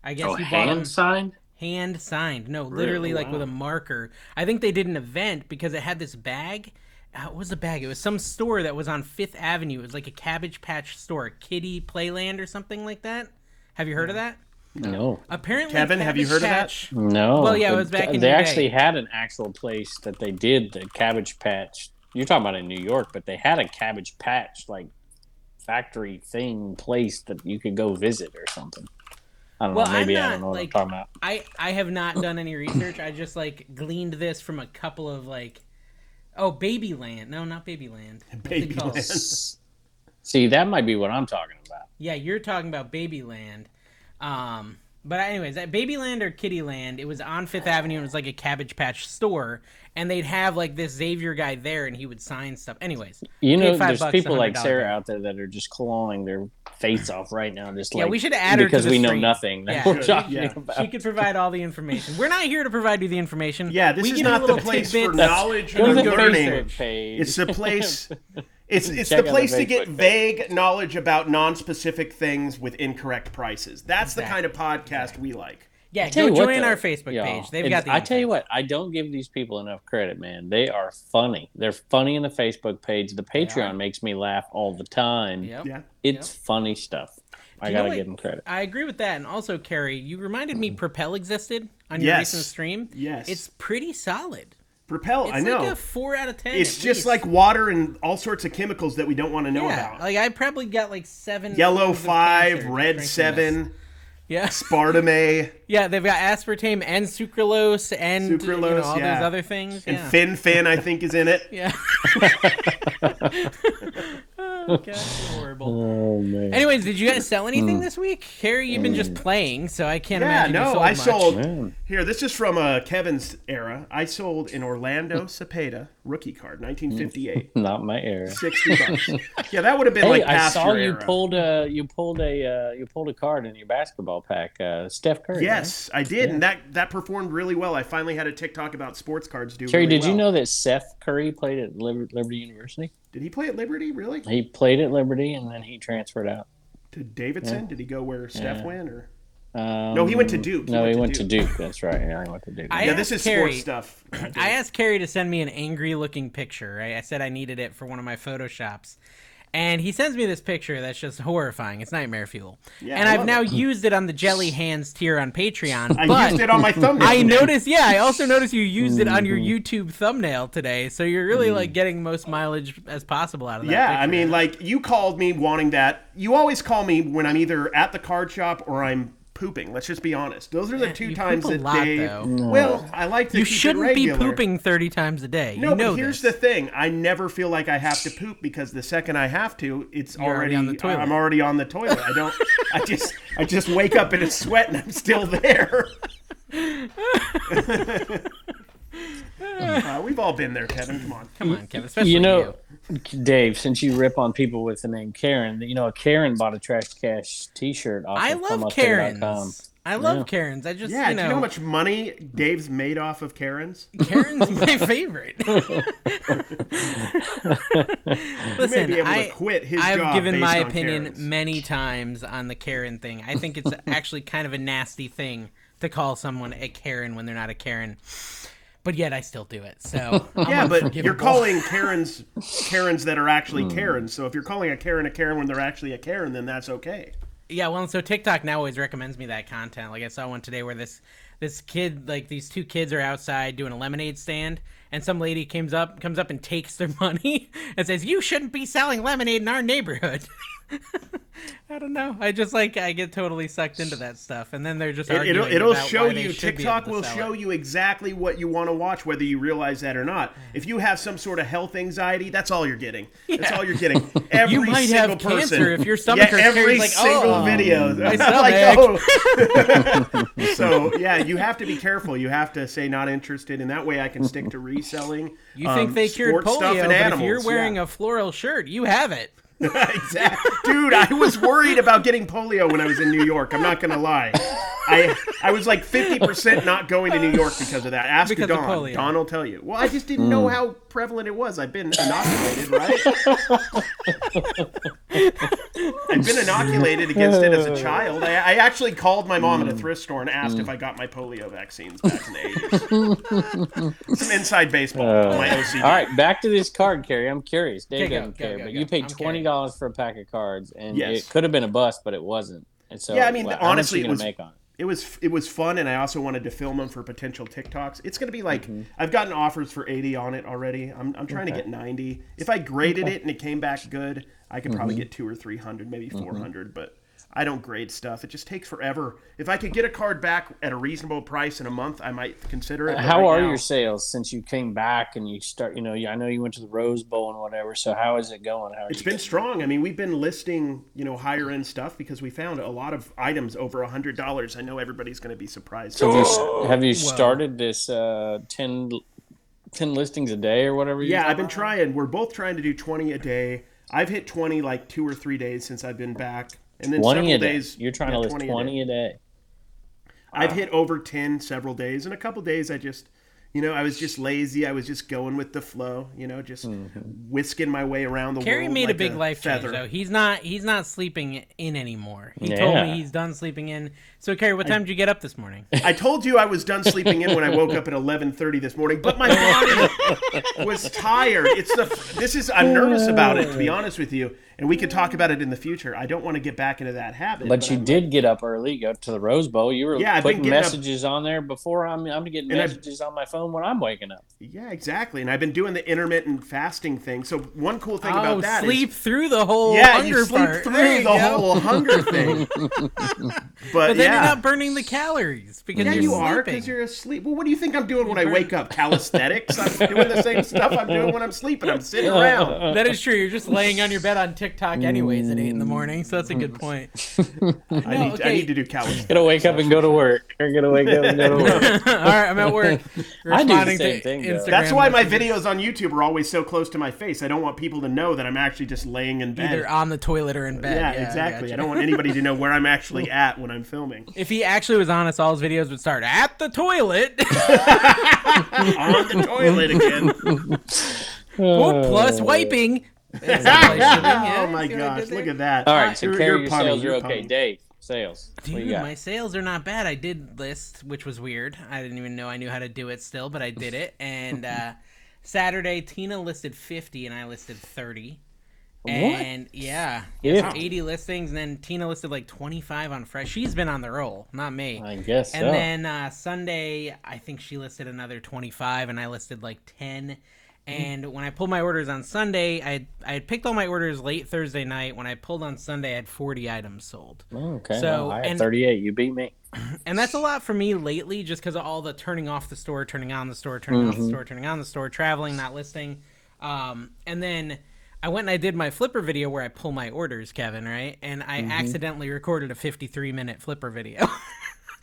I guess oh, you bought 'em- hand signed. hand signed. No, literally Oh, like with a marker. I think they did an event because it had this bag. Uh, what was the bag? It was some store that was on Fifth Avenue. It was like a Cabbage Patch store, Kitty Playland or something like that. Have you heard of that? No, Apparently, Kevin, have you Cabbage heard of that? Patch- no. Well, yeah, it The- was back in They your day. actually had an actual place that they did the Cabbage Patch. You're talking about in New York, but they had a Cabbage Patch like factory thing place that you could go visit or something. I don't Well, know. I'm Maybe I not, don't know what like- I'm talking about. I I have not done any research. I just like gleaned this from a couple of like, oh, Babyland. No, not Babyland. What's it called? Babyland. See, that might be what I'm talking about. Yeah, you're talking about Babyland. Um, but anyways, at Babyland or Kittyland, it was on Fifth Avenue and it was like a Cabbage Patch store, and they'd have like this Xavier guy there, and he would sign stuff. Anyways, You Paid know, five there's bucks, people like $100 Sarah bill. out there that are just clawing their face off right now, just Yeah, like we should add her to because the we know stream. nothing. Yeah. that we're talking Yeah. about. she could provide all the information. We're not here to provide you the information. Yeah, this We is give you not the little place for tidbits. knowledge Go or to the Go learning. Facebook page. It's the place. It's it's Check out the the place to Facebook get page. vague knowledge about non-specific things with incorrect prices. That's the kind Exactly. of podcast we like. Yeah, tell go you what, join though, our Facebook y'all, page. They've it's- got the. I tell you info. what, I don't give these people enough credit, man. They are funny. They're funny in the Facebook page. The Patreon makes me laugh all the time. Yep. Yeah. It's funny stuff. I you know gotta what- give them credit. I agree with that, and also Carrie, you reminded me Propel existed on your Yes. recent stream. Yes. it's pretty solid. Propel. It's I like know. a four out of ten. it's at just least. like water and all sorts of chemicals that we don't want to know yeah. about. Like I probably got like seven. Yellow forms of five, cancer drinking red this. seven, Yeah, Spartame, yeah. They've got aspartame and sucralose and you know, Sucralose, all yeah. those other things. and yeah. Fin Fin. I think is in it. Yeah. oh, God, horrible. Oh man. Anyways, did you guys sell anything this week? Carrie, you've been just playing, so I can't Mm. Yeah, imagine. you no, sold I much. sold. Yeah. Here, this is from uh, Kevin's era. I sold an Orlando Cepeda rookie card, 1958, Not my era. 60 bucks. Yeah, that would have been Mm. Hey, like I past saw your you era. pulled a you pulled a uh, you pulled a card in your basketball pack. Uh, Steph Curry. Yes, I did, and that that performed really well. I finally had a TikTok about sports cards. Do Right? Terry, really did you well. know that Seth Curry played at Liber- Liberty University? Did he play at Liberty? Really? He played at Liberty and then he transferred out. To Davidson? Did he go where Steph Yeah. went? Or Um, No, he went to Duke. He no, went he to went Duke. to Duke. That's right. Yeah, he went to Duke. I yeah, asked this is Carrie, sports stuff. I asked Carrie to send me an angry-looking picture. Right, I said I needed it for one of my photoshops, and he sends me this picture that's just horrifying. It's nightmare fuel, Yeah, and I I've love now it. used it on the jelly hands tier on Patreon. I but used it on my thumbnail. I today. noticed. Yeah, I also noticed you used it on your Mm-hmm. YouTube thumbnail today. So you're really like getting most mileage as possible out of that. Yeah, I picture. mean, like you called me wanting that. You always call me when I'm either at the card shop or I'm pooping. Let's just be honest. Those are the two you times poop a that lot, Dave. though. Well, I like to. you keep it shouldn't be regular. pooping 30 times a day. No, you know but here's this. the thing. I never feel like I have to poop because the second I have to, it's already already, on the toilet. I'm already on the toilet. I don't. I just. I just wake up in a sweat and I'm still there. Uh, we've all been there, Kevin. Come on. Come on, Kevin. Especially you know, Dave, since you rip on people with the name Karen, you know, Karen bought a Trash Cash T-shirt off I of love FormosDay.com. Karens. I love Yeah. Karens. I just Yeah, you do you know how know, much money Dave's made off of Karen's? Karen's my favorite. He may Listen, be able I to quit his I've job given based my on opinion Karen's. many times on the Karen thing. I think it's actually kind of a nasty thing to call someone a Karen when they're not a Karen. But yet I still do it. So I'm Yeah, but you're unforgivable. calling Karens Karens that are actually Karens. So if you're calling a Karen a Karen when they're actually a Karen, then that's okay. Yeah, well, and so TikTok now always recommends me that content. Like I saw one today where this this kid, like these two kids, are outside doing a lemonade stand, and some lady comes up comes up and takes their money and says, "You shouldn't be selling lemonade in our neighborhood." I don't know. I just like I get totally sucked into that stuff, and then they're just It, arguing it'll it'll about show why they you. should be TikTok able to will sell show it. Mm. you exactly what you want to watch, whether you realize that or not. If you have some sort of health anxiety, that's all you're getting. That's all you're getting. Every You might have single person. cancer if your stomach yeah, hurts. every Carrie's like, single "Oh, video. I'm stomach." oh. so yeah, you have to be careful. You have to say not interested, and that way I can stick to reselling. um, You think they cured polio, stuff and but animals. if you're wearing yeah. a floral shirt, you have it. Exactly. Dude, I was worried about getting polio when I was in New York. I'm not gonna lie. I I was like 50% not going to New York because of that. Ask Because of Don. polio. Don will tell you. Well, I just didn't know how prevalent it was. I've been inoculated, right? I've been inoculated against it as a child. I, I actually called my mom at a thrift store and asked if I got my polio vaccines back in the 80s. Some inside baseball. on my OCD. All right, back to this card, Carrie. I'm curious. Dave Okay, go, doesn't go, care, go, but go. you paid I'm twenty dollars for a pack of cards, and Yes. it could have been a bust, but it wasn't. And so, Yeah, I mean, well, honestly, it how much was- you gonna make on it? it was it was fun and i also wanted to film them for potential tiktoks it's going to be like Mm-hmm. i've gotten offers for 80 on it already i'm, I'm trying to get 90 if i graded it and it came back good i could Mm-hmm. probably get two or 300 maybe 400 but i don't grade stuff it just takes forever if i could get a card back at a reasonable price in a month i might consider it but How right are now- your sales since you came back and you start? You know, I know you went to the Rose Bowl and whatever. So how is it going? How are it's you been getting- strong i mean we've been listing you know higher end stuff because we found a lot of items over a hundred dollars i know everybody's going to be surprised Have you, have you started this uh, 10, 10 listings a day or whatever? you Yeah, talk I've been about? trying. We're both trying to do 20 a day. I've hit 20 like two or three days since I've been back. And then twenty several a day. days. You're trying yeah, to list twenty, A day. a day. I've hit over 10 several days. And a couple days I just, you know, I was just lazy. I was just going with the flow, you know, just Mm-hmm. whisking my way around the Carrie world. made like a big life feather. change though. He's not he's not sleeping in anymore. He told Yeah. me he's done sleeping in. So Carrie, what time did you get up this morning? I told you I was done sleeping in when I woke up at 11:30 this morning, but my body was tired. It's the this is I'm nervous about it to be honest with you. and we could talk about it in the future. I don't want to get back into that habit. But you did get up early, go to the Rose Bowl. You were Yeah, I've been putting getting up- messages on there before I'm I'm getting And I- messages on my phone when I'm waking up. Yeah, exactly. And I've been doing the intermittent fasting thing. So one cool thing oh, about that is sleep through the whole yeah, hunger you sleep part. through There you the go. whole hunger thing. but, But then yeah. you're not burning the calories because yeah, you're you are sleeping. because you're asleep. Well, what do you think I'm doing when I burn- wake up? Calisthenics? I'm doing the same stuff I'm doing when I'm sleeping. I'm sitting around. Uh, That is true. You're just laying on your bed on TikTok anyways at eight in the morning, so that's a good point. I, No, need, I okay. need to do calisthenics. Gonna wake up and go to work. You're gonna wake up and go to All work. right, I'm at work. I do the responding same to thing, though. Instagram That's why my messages. videos on YouTube are always so close to my face. I don't want people to know that I'm actually just laying in bed. either on the toilet or in bed. yeah, Yeah, I exactly. gotcha. I don't want anybody to know where I'm actually at when I'm filming. If he actually was honest, all his videos would start at the toilet. on the toilet again. Oh. Whoop, plus wiping. oh my gosh, look at that. All right, so You're- carry you're your punny, sales. you're You're okay, punny. Dave. Sales. What Dude, you got? my sales are not bad. I did list, which was weird. I didn't even know I knew how to do it still, but I did it. And uh, Saturday, Tina listed 50 and I listed 30. And yeah, yeah, so Yeah. 80 listings. And then Tina listed like 25 on fresh. She's been on the roll, not me. I guess And so. then uh, Sunday, I think she listed another 25, and I listed like 10. And when I pulled my orders on Sunday, I had, I had picked all my orders late Thursday night. When I pulled on Sunday, I had 40 items sold. Oh, okay. so, well, I had and- 38. You beat me. And that's a lot for me lately just because of all the turning off the store, turning on the store, turning off the store, turning on the store, traveling, not listing. Um, and then I went and I did my flipper video where I pull my orders, Kevin, right? And I accidentally recorded a 53 minute flipper video.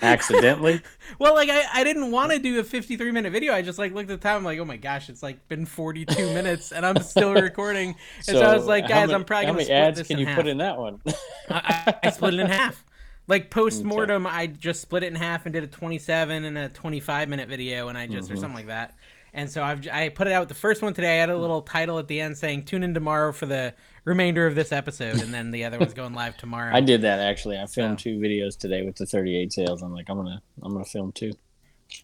Accidentally. Well, like I, I didn't want to do a 53 minute video. I just like looked at the time. I'm like, oh my gosh, it's like been 42 minutes and I'm still recording. And so, I was like, how guys, many- I'm probably how gonna many split ads this can in you half. put in that one? I, I split it in half. Like post mortem, I just split it in half and did a 27 and a 25 minute video, and I just Mm-hmm. or something like that. And so I've j- I put it out the first one today. I had a little title at the end saying "Tune in tomorrow for the remainder of this episode," and then the other one's going live tomorrow. I did that actually. I filmed two videos today with the 38 sales. I'm like, I'm gonna, I'm gonna film two.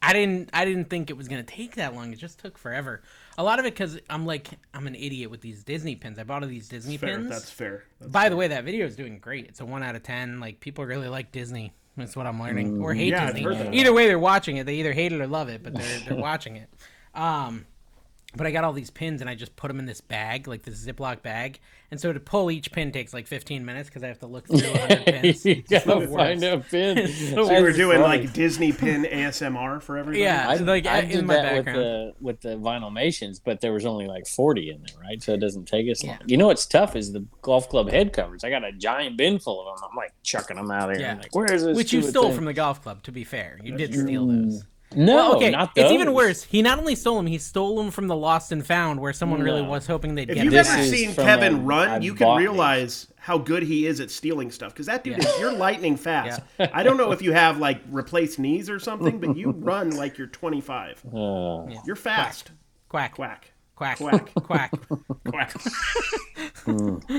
I didn't I didn't think it was gonna take that long. It just took forever. A lot of it because I'm like I'm an idiot with these Disney pins. I bought all these Disney Fair, pins. that's fair. That's By the way, that video is doing great. It's a one out of ten. Like people really like Disney. That's what I'm learning. Or Mm, hate Yeah, I've Disney. heard that. Either way, they're watching it. They either hate it or love it, but they're they're watching it. Um, but I got all these pins and I just put them in this bag, like this Ziploc bag. And so to pull each pin takes like 15 minutes because I have to look through 100 pins. you It's the gotta find worst. a pin. So we were That's doing funny. like Disney pin ASMR for everybody. Yeah. I, like, I in did my that background. with the with the vinylmations, but there was only like 40 in there, right? So it doesn't take us Yeah. long. You know what's tough is the golf club head covers. I got a giant bin full of them. I'm like chucking them out here. Yeah. I'm like, where is this? Which you stupid stole thing? from the golf club, to be fair. You did steal those. No, Well, okay, not it's even those. worse. He not only stole them, he stole them from the lost and found, where someone really No. was hoping they'd If get you've them this ever back. is seen from Kevin a- run, I you bought can these. realize how good he is at stealing stuff because that dude Yeah. is you're lightning fast. I don't know if you have like replaced knees or something, but you run like you're 25. Uh, You're fast. quack, quack, Quack. quack, quack. quack, quack. Quack. Hmm. Did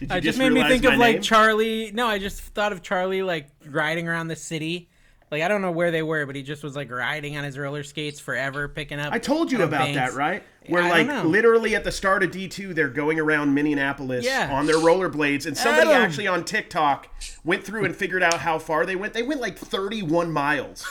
you I just made me realize think my of like name? Charlie. No, I just thought of Charlie like riding around the city. Like I don't know where they were, but he just was like riding on his roller skates forever, picking up. I told you on about banks. that, right? Where I don't like know. literally at the start of D two, they're going around Minneapolis Yeah. on their rollerblades, and somebody Adam. actually on TikTok went through and figured out how far they went. They went like thirty one miles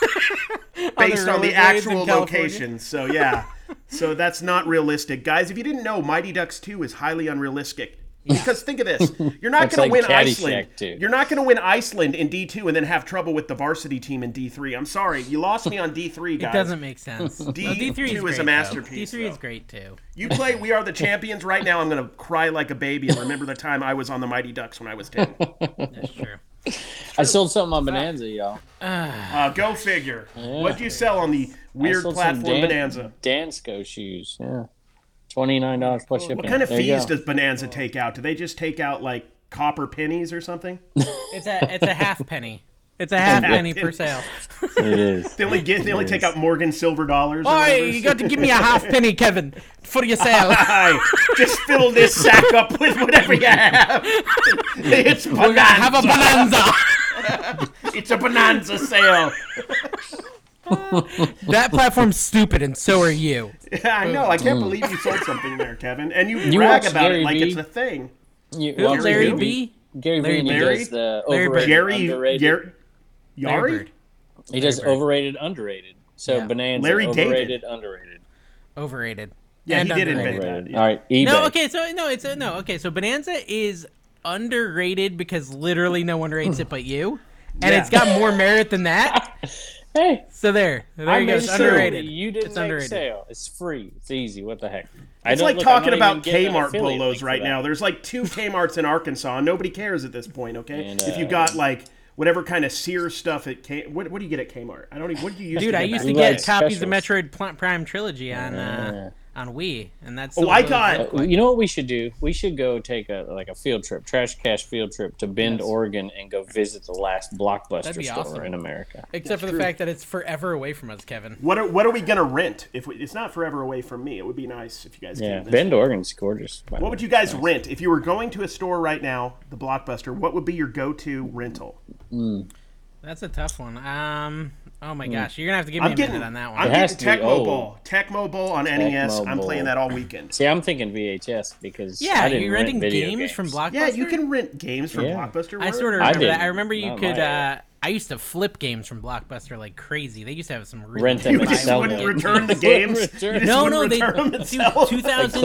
based on rollerblades the in actual California. location. So yeah, so that's not realistic, guys. If you didn't know, Mighty Ducks two is highly unrealistic. Because think of this, you're not That's going like to win Caddyshack, Iceland. dude. You're not going to win Iceland in D2 and then have trouble with the varsity team in D3. I'm sorry, you lost me on D3, guys. It doesn't make sense. D D three two is a masterpiece, D three is though. great too. You play We Are the Champions right now. I'm going to cry like a baby and remember the time I was on the Mighty Ducks when I was 10. That's true. I sold something on Bonanza, y'all. Uh, go figure. What'd you sell on the I weird sold some platform Dan- Bonanza? Dansko shoes. Yeah. Twenty nine dollars plus shipping. What kind of There you fees go. does Bonanza take out? Do they just take out like copper pennies or something? It's a it's a half penny. It's a half penny per sale. it is? They only get they only take out Morgan silver dollars. or Boy, whatever. you got to give me a half penny, Kevin, for your sale. Aye, just fill this sack up with whatever you have. It's We're gonna have bonanza. a bonanza. it's a bonanza sale. that platform's stupid, and so are you. I know. I can't believe you sold something there, Kevin. And you, Mm. You brag watch about it Gary like Vee? it's a thing. You, Who, Larry Gary B? V- Gary Larry Vee Bird? does the Larry overrated, Jerry, underrated. Jerry, Larry Yari, Bird. he does Larry Bird. overrated, underrated. So Yeah. Bonanza, Larry David. overrated, underrated. Overrated. Yeah, And he did underrated. invent Overrated. that. yeah. All right, eBay. No, okay, so no, it's a, no, okay, so Bonanza is underrated because literally no one rates it but you, and Yeah. it's got more merit than that. Hey, So there, there I you go. made It's a sale. underrated. You didn't It's make underrated. a sale. It's free. It's easy. What the heck? I It's don't like look- I'm talking not about even getting an Kmart affiliate link polos for right that. now. There's like two Kmart's in Arkansas, and nobody cares at this point. Okay, And, if you uh, got like whatever kind of Sears stuff at K, what, what do you get at Kmart? I don't even. What do you use? Dude, to I get used to that? We get like copies of specials. Metroid Pl- Prime Trilogy on uh, on Wii, and that's Oh, I got- Uh, you know what we should do? We should go take a like a field trip, trash cash field trip to Bend, Oregon, and go visit the last That'd blockbuster be store awesome. in America. except for the fact that it's forever away from us, Kevin. What are, what are we gonna rent? If we, it's not forever away from me, it would be nice if you guys. Yeah, came this Bend, Oregon's gorgeous. What would you guys rent if you were going to a store right now, the Blockbuster? What would be your go-to rental? That's a tough one. Um, oh Hmm. my gosh, you're gonna have to give me I'm a getting minute on that one. I'm It has getting to be Tecmo old. Bowl. Tecmo Bowl on NES. I'm Bowl. playing that all weekend. See, I'm thinking VHS because yeah, I didn't you're rent renting video games, from Blockbuster. Yeah, you can rent games from Yeah. Blockbuster. I Where- sort of I remember that. didn't. I remember you Not could. my Uh, era. I used to flip games from Blockbuster like crazy. They used to have some really Rent them You good and just sell games. wouldn't them. return the games. You Return. just No, wouldn't no, they return two- itself.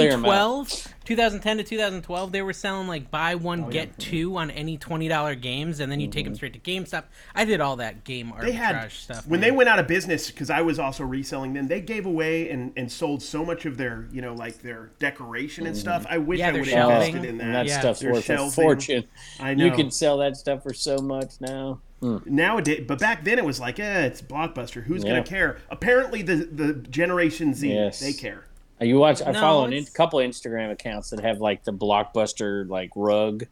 2012, 2010 to 2012, they were selling like buy one Oh, get two on any twenty dollar games, and then you take Mm-hmm. them straight to GameStop. I did all that game arbitrage they had stuff. when man. they went out of business because i was also reselling them they gave away and, and sold so much of their you know like their decoration and stuff Mm-hmm. i wish Yeah, i their would have shelving. invested in And that that Yeah. stuff's Your worth a shelving. fortune. i know You can sell that stuff for so much now. nowadays but back then it was like eh, it's blockbuster who's Yeah. gonna care apparently the the generation z Yes. they care Uh, You watch. I No, follow a it's- couple Instagram accounts that have like the blockbuster like rug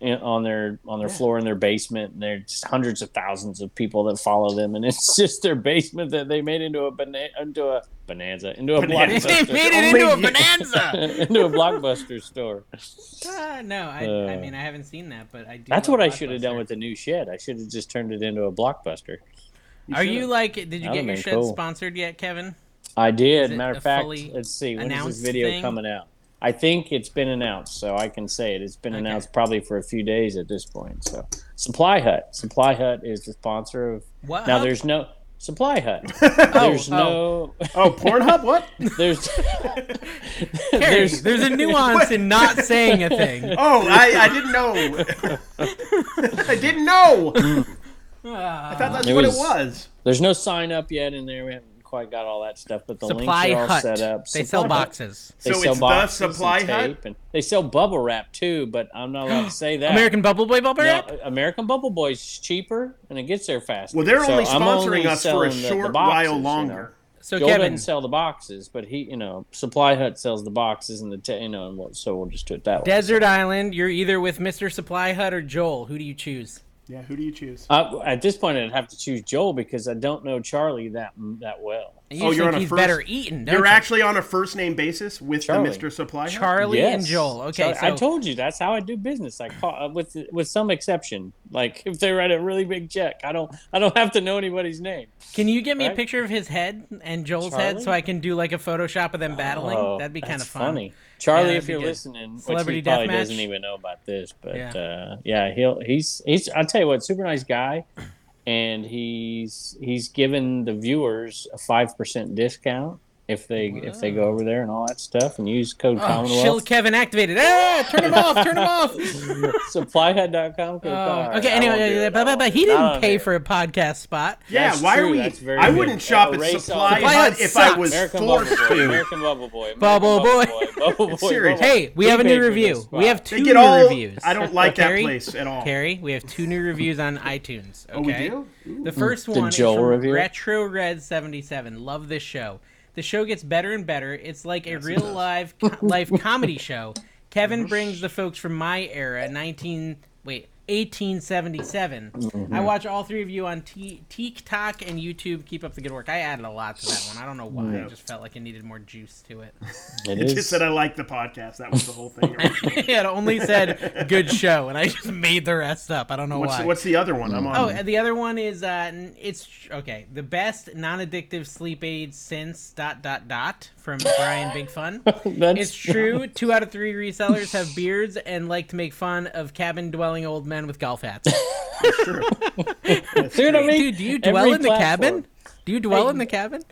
in, on their on their floor in their basement, and there's hundreds of thousands of people that follow them, and it's just their basement that they made into a bana- into a bonanza into a Bonanza. they blockbuster made it Only into a you- bonanza. into a blockbuster store. Ah, no, I, I Uh, mean I haven't seen that, but I do. That's love what I should have done Blockbuster. with the new shed. I should have just turned it into a blockbuster. Are you like? Did you That'd get your been shed cool. sponsored yet, Kevin? I Is did. it Matter a of fact, fully let's see. When is this announced video thing? coming out? I think it's been announced, so I can say it. It's been Okay. announced probably for a few days at this point. So, Supply Hut. Supply Hut is the sponsor of. What? Now hub? there's no Supply Hut. Uh, Oh, there's no. oh pornhub what There's. Carrie, there's, a nuance in not saying a thing. oh i i didn't know i didn't know Ah. i thought that's Uh, It what was- it was There's no sign up yet in there. We haven't quite got all that stuff, but the Supply links are all Hut. set up. They Supply sell Hut. boxes. They So sell it's the boxes and Supply Hut? tape, and they sell bubble wrap too, but I'm not allowed to say that. American Bubble Boy Bubble Wrap? No, American Bubble Boy's cheaper and it gets there faster. well they're So only I'm sponsoring only us for a selling the- the short boxes, while you know. longer So, Joel Kevin, doesn't sell the boxes, but he, you know, Supply Hut sells the boxes and the, ta you know, and what, so we'll just do it that way. Desert Island, you're either with Mr. Supply Hut or Joel. Who do you choose? yeah who do you choose Uh, at this point, I'd have to choose Joel because I don't know Charlie that that well. And you Oh, just you're think on a he's first- better eaten, don't You're you? actually on a first name basis with Charlie. the Mr. Supply. Hut? Charlie Yes. and Joel. Okay, Charlie- so I told you that's how I do business. I call uh, with with some exception. Like if they write a really big check, I don't I don't have to know anybody's name. can you get me a right? picture of his head and Joel's head Charlie? so I can do like a Photoshop of them battling? Oh, That'd be kind that's of fun. funny. Charlie, that'd if be you're good. listening, Celebrity which he probably Deathmatch? doesn't even know about this, but Yeah. yeah, uh, yeah he'll he's he's I'll tell you what, super nice guy, and he's he's given the viewers a five percent discount if they if they go over there and all that stuff and use code Oh, shill Commonwealth Kevin activated. Ah, turn him off, turn him off. supplyhead.com. Oh, okay, anyway, but, but, but he didn't pay for a podcast spot. Yeah, That's why true, are we? that's very I good. wouldn't shop at Erase all Supply that. Hut if I Sucks. was American Bubble forced Boy, to. American Bubble Boy, American Bubble Boy. Bubble Boy, Serious. Bubble Boy. Hey, we He have a paid new for this review. We spot. have two They get new all. reviews. Oh, I don't like that Carrie? place at all. Carrie, we have two new reviews on iTunes. Okay? Oh, we do. The first The one is Joel from review? Retro Red 77. Love this show. The show gets better and better. It's like a real live co- life comedy show. Kevin brings the folks from my era, 19 wait, 1877. I watch all three of you on T- TikTok and YouTube. Keep up the good work. I added a lot to that one. I don't know why. I No. just felt like it needed more juice to it. It It is. just said I like the podcast. That was the whole thing. it only said good show, and I just made the rest up. I don't know what's, why. what's the other one? I'm on. Oh, Um, and the other one is uh, n- it's okay. The best non-addictive sleep aid since dot dot dot from Brian Big Fun. That's It's true. Two out of three resellers have beards and like to make fun of cabin-dwelling old men with golf hats. Dude, I mean, Dude, do you dwell every in the cabin? platform. Do you dwell in the cabin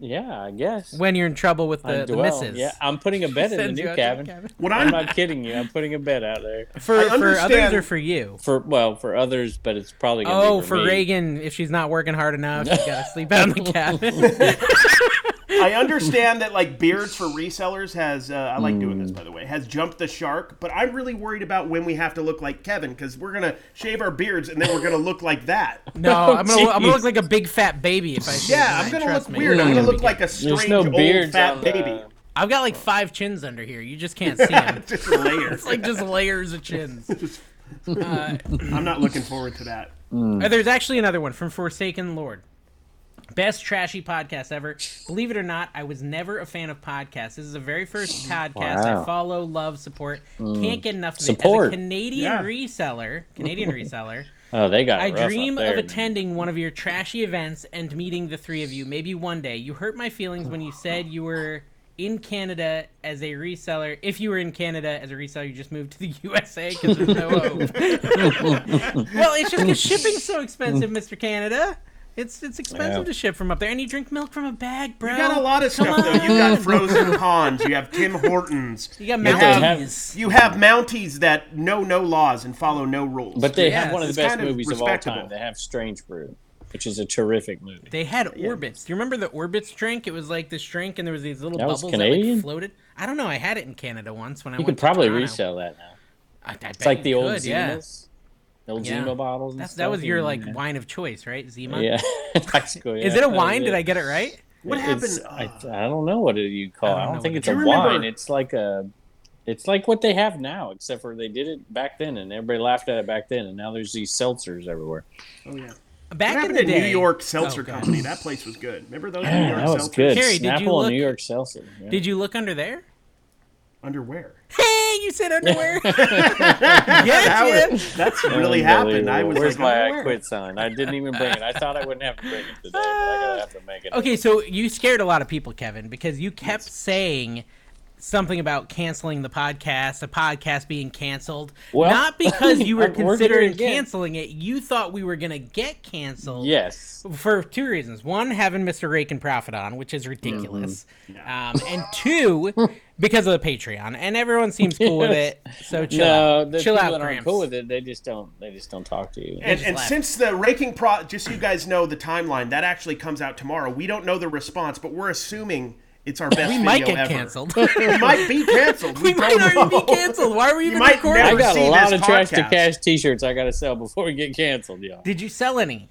Yeah, I guess. when you're in trouble with I the, the dwell. missus? Yeah, I'm putting a bed in the Sends you new out to the cabin. what I'm I'm not kidding you. I'm putting a bed out there For I for others understand- or for you? for well for others, but it's probably gonna Oh, be for, for me. Reagan, if she's not working hard enough, she's gotta sleep out in the cabin. I understand that like beards for resellers has uh, I like doing Mm. this by the way has jumped the shark, but I'm really worried about when we have to look like Kevin because we're gonna shave our beards and then we're gonna look like that. No, I'm gonna look, I'm gonna jeez. look like a big fat baby if I. shave Yeah, I'm mine, gonna trust me. look weird. I'm Mm. gonna look like a There's strange no old beards fat on the- baby. I've got like five chins under here. You just can't see them. Just a layer. it's like just layers of chins. Uh, I'm not looking forward to that. Uh, There's actually another one from Forsaken Lord. Best trashy podcast ever. Believe it or not, I was never a fan of podcasts. This is the very first podcast I Wow. follow, love, support. Can't get enough of it. As Mm. Support. a Canadian Yeah. reseller, Canadian reseller, Oh, they got. I it rough dream up there. of attending one of your trashy events and meeting the three of you. Maybe one day. You hurt my feelings when you said you were in Canada as a reseller. If you were in Canada as a reseller, you just moved to the USA because there's no hope. well, it's just because shipping's so expensive, Mr. Canada. It's it's expensive Yeah. to ship from up there, and you drink milk from a bag, bro. You got a lot of stuff though. You got frozen cons. You have Tim Hortons. You got But they have- mountains. You have Mounties that know no laws and follow no rules. But they Yeah, have one of the it's best kind of movies of all respectable. time. They have Strange Brew, which is a terrific movie. They had orbits. Do you remember the orbits drink? It was like this drink, and there was these little That was bubbles that Canadian? like floated. I don't know. I had it in Canada once when I You went could probably to Toronto. resell that now. I, I bet It's like you the old could, yeah. Zimas, the old Yeah. Zima bottles. And That's, that stuff, was your and- like wine of choice, right? Zima. Yeah, that's good. Is it yeah, a that was wine? Did I get it right? What It's- happened? Ah, I, I don't know what it- you call. I I don't don't, know think what it's it a is. Do you wine. remember- It's like a. It's like what they have now, except for they did it back then, and everybody laughed at it back then, and now there's these seltzers everywhere. oh yeah. Back in What happened the to day, New York Seltzer Oh, God. Company? That place was good. Remember those New Yeah, York that was Seltzers? good. Carrie, did you Snapple and look- New York seltzer. yeah. Did you look under there? Underwear. Hey, you said underwear. yeah, That Jim. was- that's really happened. I was Oh, Where's like, my I underwear. quit sign? I didn't even bring it. I thought I wouldn't have to bring it today, but I gotta have to make it. Okay, so you scared a lot of people, Kevin, because you kept saying something about canceling the podcast, the podcast being canceled. Well, Not because you were we're here considering again. canceling it. You thought we were gonna get canceled. Yes. for two reasons. One, having Mr. Rake and Profit on, which is ridiculous. Mm-hmm. Um, and two, because of the Patreon. And everyone seems cool with it. So chill no, out. the Chill people out, that aren't Gramps. cool with it, they just don't. They just don't talk to you. And, just and laugh. since the raking pro, just so you guys know the timeline, that actually comes out tomorrow. We don't know the response, but we're assuming it's our best we video might get ever. canceled. We might be canceled. we might don't already know. be canceled. Why are we even might recording? I never- got a see lot this of trash to podcast. cash T-shirts I gotta sell before we get canceled, y'all. Did you sell any?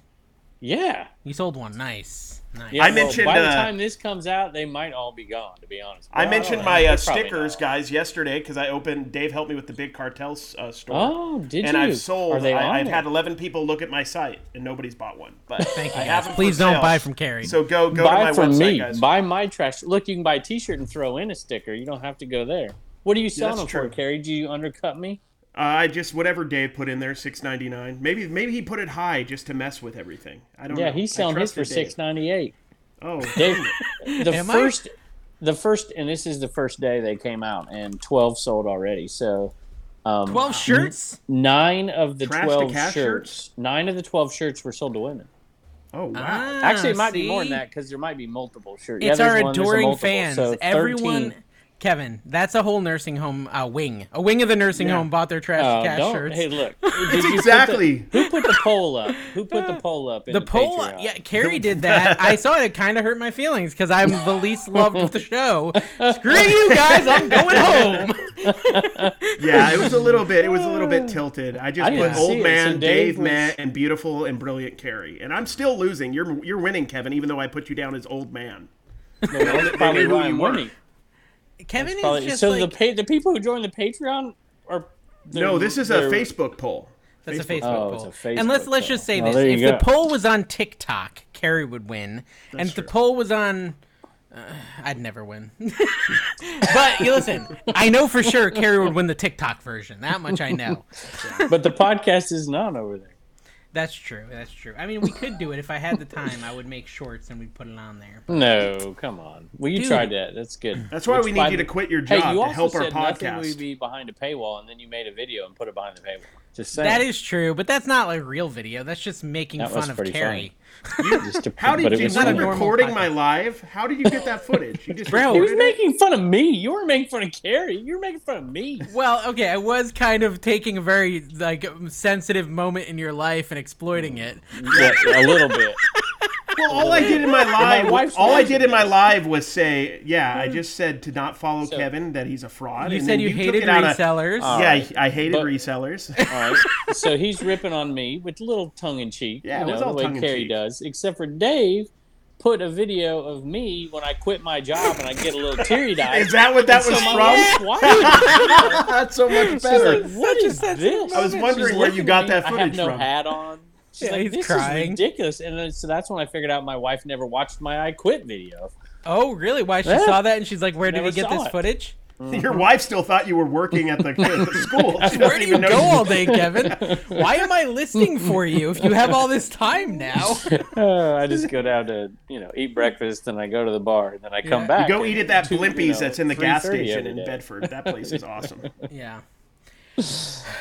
Yeah. You sold one. Nice. Nice. Yeah, I mentioned, By the uh, time this comes out, they might all be gone. To be honest, I Well, mentioned don't my know. uh, They're probably stickers, not. guys, yesterday because I opened. Dave helped me with the big cartels uh, store. Oh, did and you? I've sold. Are they on I, I've there? had 11 people look at my site, and nobody's bought one. But Thank you, I guys. have them for Please don't sale. buy from Carrie. So go go to buy my from website, me. guys. Buy my trash. Look, you can buy a T-shirt and throw in a sticker. You don't have to go there. What are you selling that's them for, true. Carrie? Do you undercut me? Uh, I just whatever Dave put in there, six ninety nine. Maybe maybe he put it high just to mess with everything. I don't. Yeah, know. he's I selling his for trusted Dave. six ninety eight. Oh, Dave, the Am I? first, the first, and this is the first day they came out, and twelve sold already. So, um, 12 shirts? nine of the Trash to twelve cash shirts, shirts? nine of the twelve shirts were sold to women. oh wow. Ah, Actually, it might be more see? than that because there might be multiple shirts. It's yeah, our there's one, there's a adoring multiple, fans. So Everyone, 13. Kevin, that's a whole nursing home uh, wing. A wing of the nursing Yeah. home bought their trash Oh, cash don't. shirts. Hey, look. Did you put exactly. the- who put the poll up? Who put the poll up? In the the, poll, Patreon? yeah, Carrie did that. I saw it. It kind of hurt my feelings because I'm the least loved of the show. Screw you guys! I'm going home. yeah, it was a little bit. It was a little bit tilted. I just I put didn't see old it, man, so Dave Dave, was- man, and beautiful and brilliant Carrie, and I'm still losing. You're you're winning, Kevin, even though I put you down as old man. No, that's probably knew who why you I'm were. winning. Kevin is Probably- just so like the pa- the people who join the Patreon are No, this is a they're- Facebook poll. That's Facebook. a Facebook Oh, poll. it's a Facebook and let's let's poll. just say Oh, this: there you if the go. poll was on TikTok, Carrie would win. and if the true. poll was on, uh, I'd never win. but you listen, I know for sure Carrie would win the TikTok version. That much I know. But the podcast is not over there. That's true. That's true. I mean, we could do it if I had the time. I would make shorts and we'd put it on there. No, come on. Well, you Dude. tried that. That's good. That's why Which, we by need you the- to quit your Hey, job you to also help our said nothing would podcast. be behind a paywall, and then you made a video and put it behind the paywall. Just saying. That is true, but that's not like real video. That's just making That was fun of pretty Carrie. Just to- How but did it you? was Were not a funny. you normal recording podcast. my live? How did you get that footage? You just Bro, He recorded was it? making fun of me. You were making fun of Carrie. You were making fun of me. Well, okay, I was kind of taking a very like sensitive moment in your life and exploiting it. Yeah, a little bit. Well, all I did in my live, wife's all I watching did in my this. live was say, yeah, I just said to not follow So- Kevin that he's a fraud. Mm. You and said then you, took hated it out of- resellers. Uh, yeah, I, I hated But- resellers. All right. So he's ripping on me with a little tongue in cheek. Yeah, it you know, was all the way tongue-in-cheek. Carrie does. Except for Dave put a video of me when I quit my job and I get a little teary eyed. Is that what that was from? That's so much She's like, better. what is this? I was wondering She's where looking you got at that I footage have no from. hat on. She's Yeah, like, he's this crying. is ridiculous. And then, so that's when I figured out my wife never watched my I quit video. oh, really? Why she Yeah. saw that and she's like, "Where did Never we get saw this it. footage? Your wife still thought you were working at the, at the school. She Where doesn't do you even go know. all day, Kevin? Why am I listening for you if you have all this time now?" Uh, I just go down to, you know, eat breakfast and I go to the bar and then I come Yeah. back. Go and eat at that two- you Blimpies know, that's in the gas 3:30 station every in day. Bedford. That place is awesome. Yeah.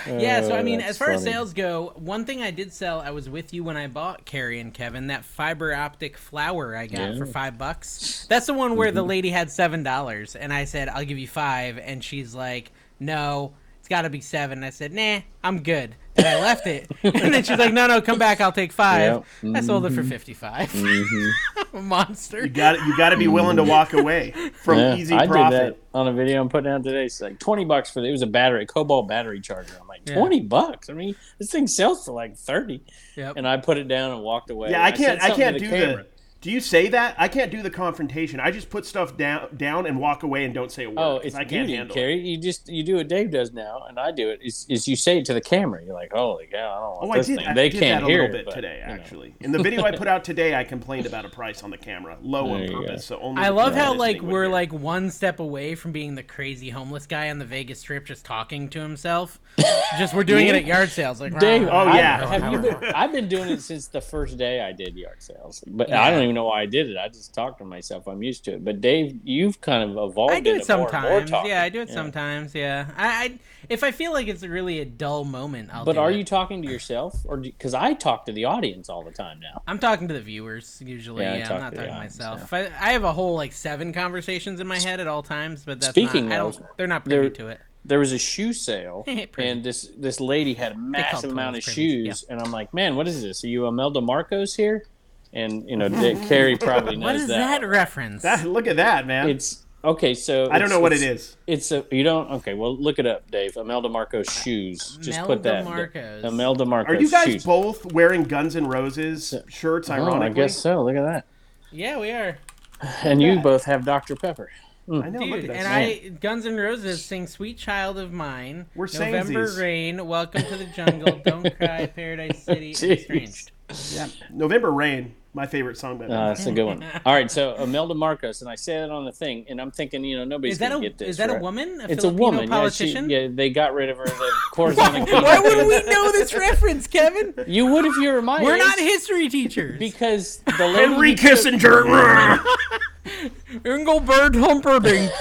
yeah, so I mean, Uh, that's as far as funny. sales go, one thing I did sell, I was with you when I bought Carrie and Kevin, that fiber optic flower I got Yeah. Mm-hmm. for five bucks. That's the one where the lady had seven dollars, and I said, I'll give you five. And she's like, No, it's got to be seven. And I said, Nah, I'm good. And I left it. And then she's like, No, no, come back. I'll take five. Yep. Mm-hmm. I sold it for 55. Monster. You got you got to be willing to walk away from Yeah, easy I did profit. that on a video I'm putting out today. It's like 20 bucks for the, it was a battery, cobalt battery charger. I'm like, 20 bucks? I mean, this thing sells for like 30. Yep. And I put it down and walked away. Yeah, I can't. said I, something can't to do camera. the. Do you say that? I can't do the confrontation. I just put stuff down, down, and walk away and don't say a word. Oh, 'cause it's I can't beauty, handle. it. Carrie. You just you do what Dave does now, and I do it. Is, is you say it to the camera? You're like, holy cow, I don't Oh, want I this did. thing. I they did can't that a hear little it, bit but, today, you know. actually. In the video I put out today, I complained about a price on the camera, low There on you go. purpose. So only I the love people how listening like would we're hear. like one step away from being the crazy homeless guy on the Vegas Strip just talking to himself. just we're doing it at yard sales, like Dave, rah, Oh, rah, yeah. rah, Have rah, you rah, been, rah. I've been doing it since the first day I did yard sales, but Yeah. I don't even know why I did it. I just talk to myself. I'm used to it. But Dave, you've kind of evolved. I do it into more and more sometimes. talking. Yeah, I do it sometimes. Yeah, I, I if I feel like it's really a dull moment, I'll. But do are it. you talking to yourself, or because I talk to the audience all the time now? I'm talking to the viewers usually. Yeah, I Yeah, talk I'm not to the talking to audience, myself. I, I have a whole like seven conversations in my head at all times, but that's Speaking not, I of, don't, they're not privy there- to it. There was a shoe sale, Pretty. and this this lady had a massive amount of toys privilege, shoes, and I'm like, man, what is this? Are you Imelda Marcos here? And you know, Dick Carey probably knows What is that, reference? that, look at that, man. It's okay. So I don't it's- know what it it's- is. It's a you don't okay. Well, look it up, Dave. Imelda Marcos shoes. Just Imelda put that. Marcos. Imelda Marcos. Are you guys shoes. both wearing Guns N' Roses shirts? Oh, Ironically, I guess so. Look at that. yeah, we are. And you both have Dr Pepper. I know. look Dude, at and that. I Guns N' Roses sing "Sweet Child of Mine." We're November samesies. Rain, Welcome to the Jungle, Don't Cry, Paradise City, and Jeez. Estranged. Yeah. November Rain, my favorite song by them. Uh, that's a good one. All right, so Imelda Marcos, and I say that on the thing, and I'm thinking, you know, nobody's Is that gonna a get this. is that a right? woman? A It's a Filipino woman. Yeah, she, politician. yeah, they got rid of her. The corresponding. Why would we know this reference, Kevin? You would if you were my We're age, not history teachers. because the lady who Henry took- Kissinger. Engelbert Humperdinck.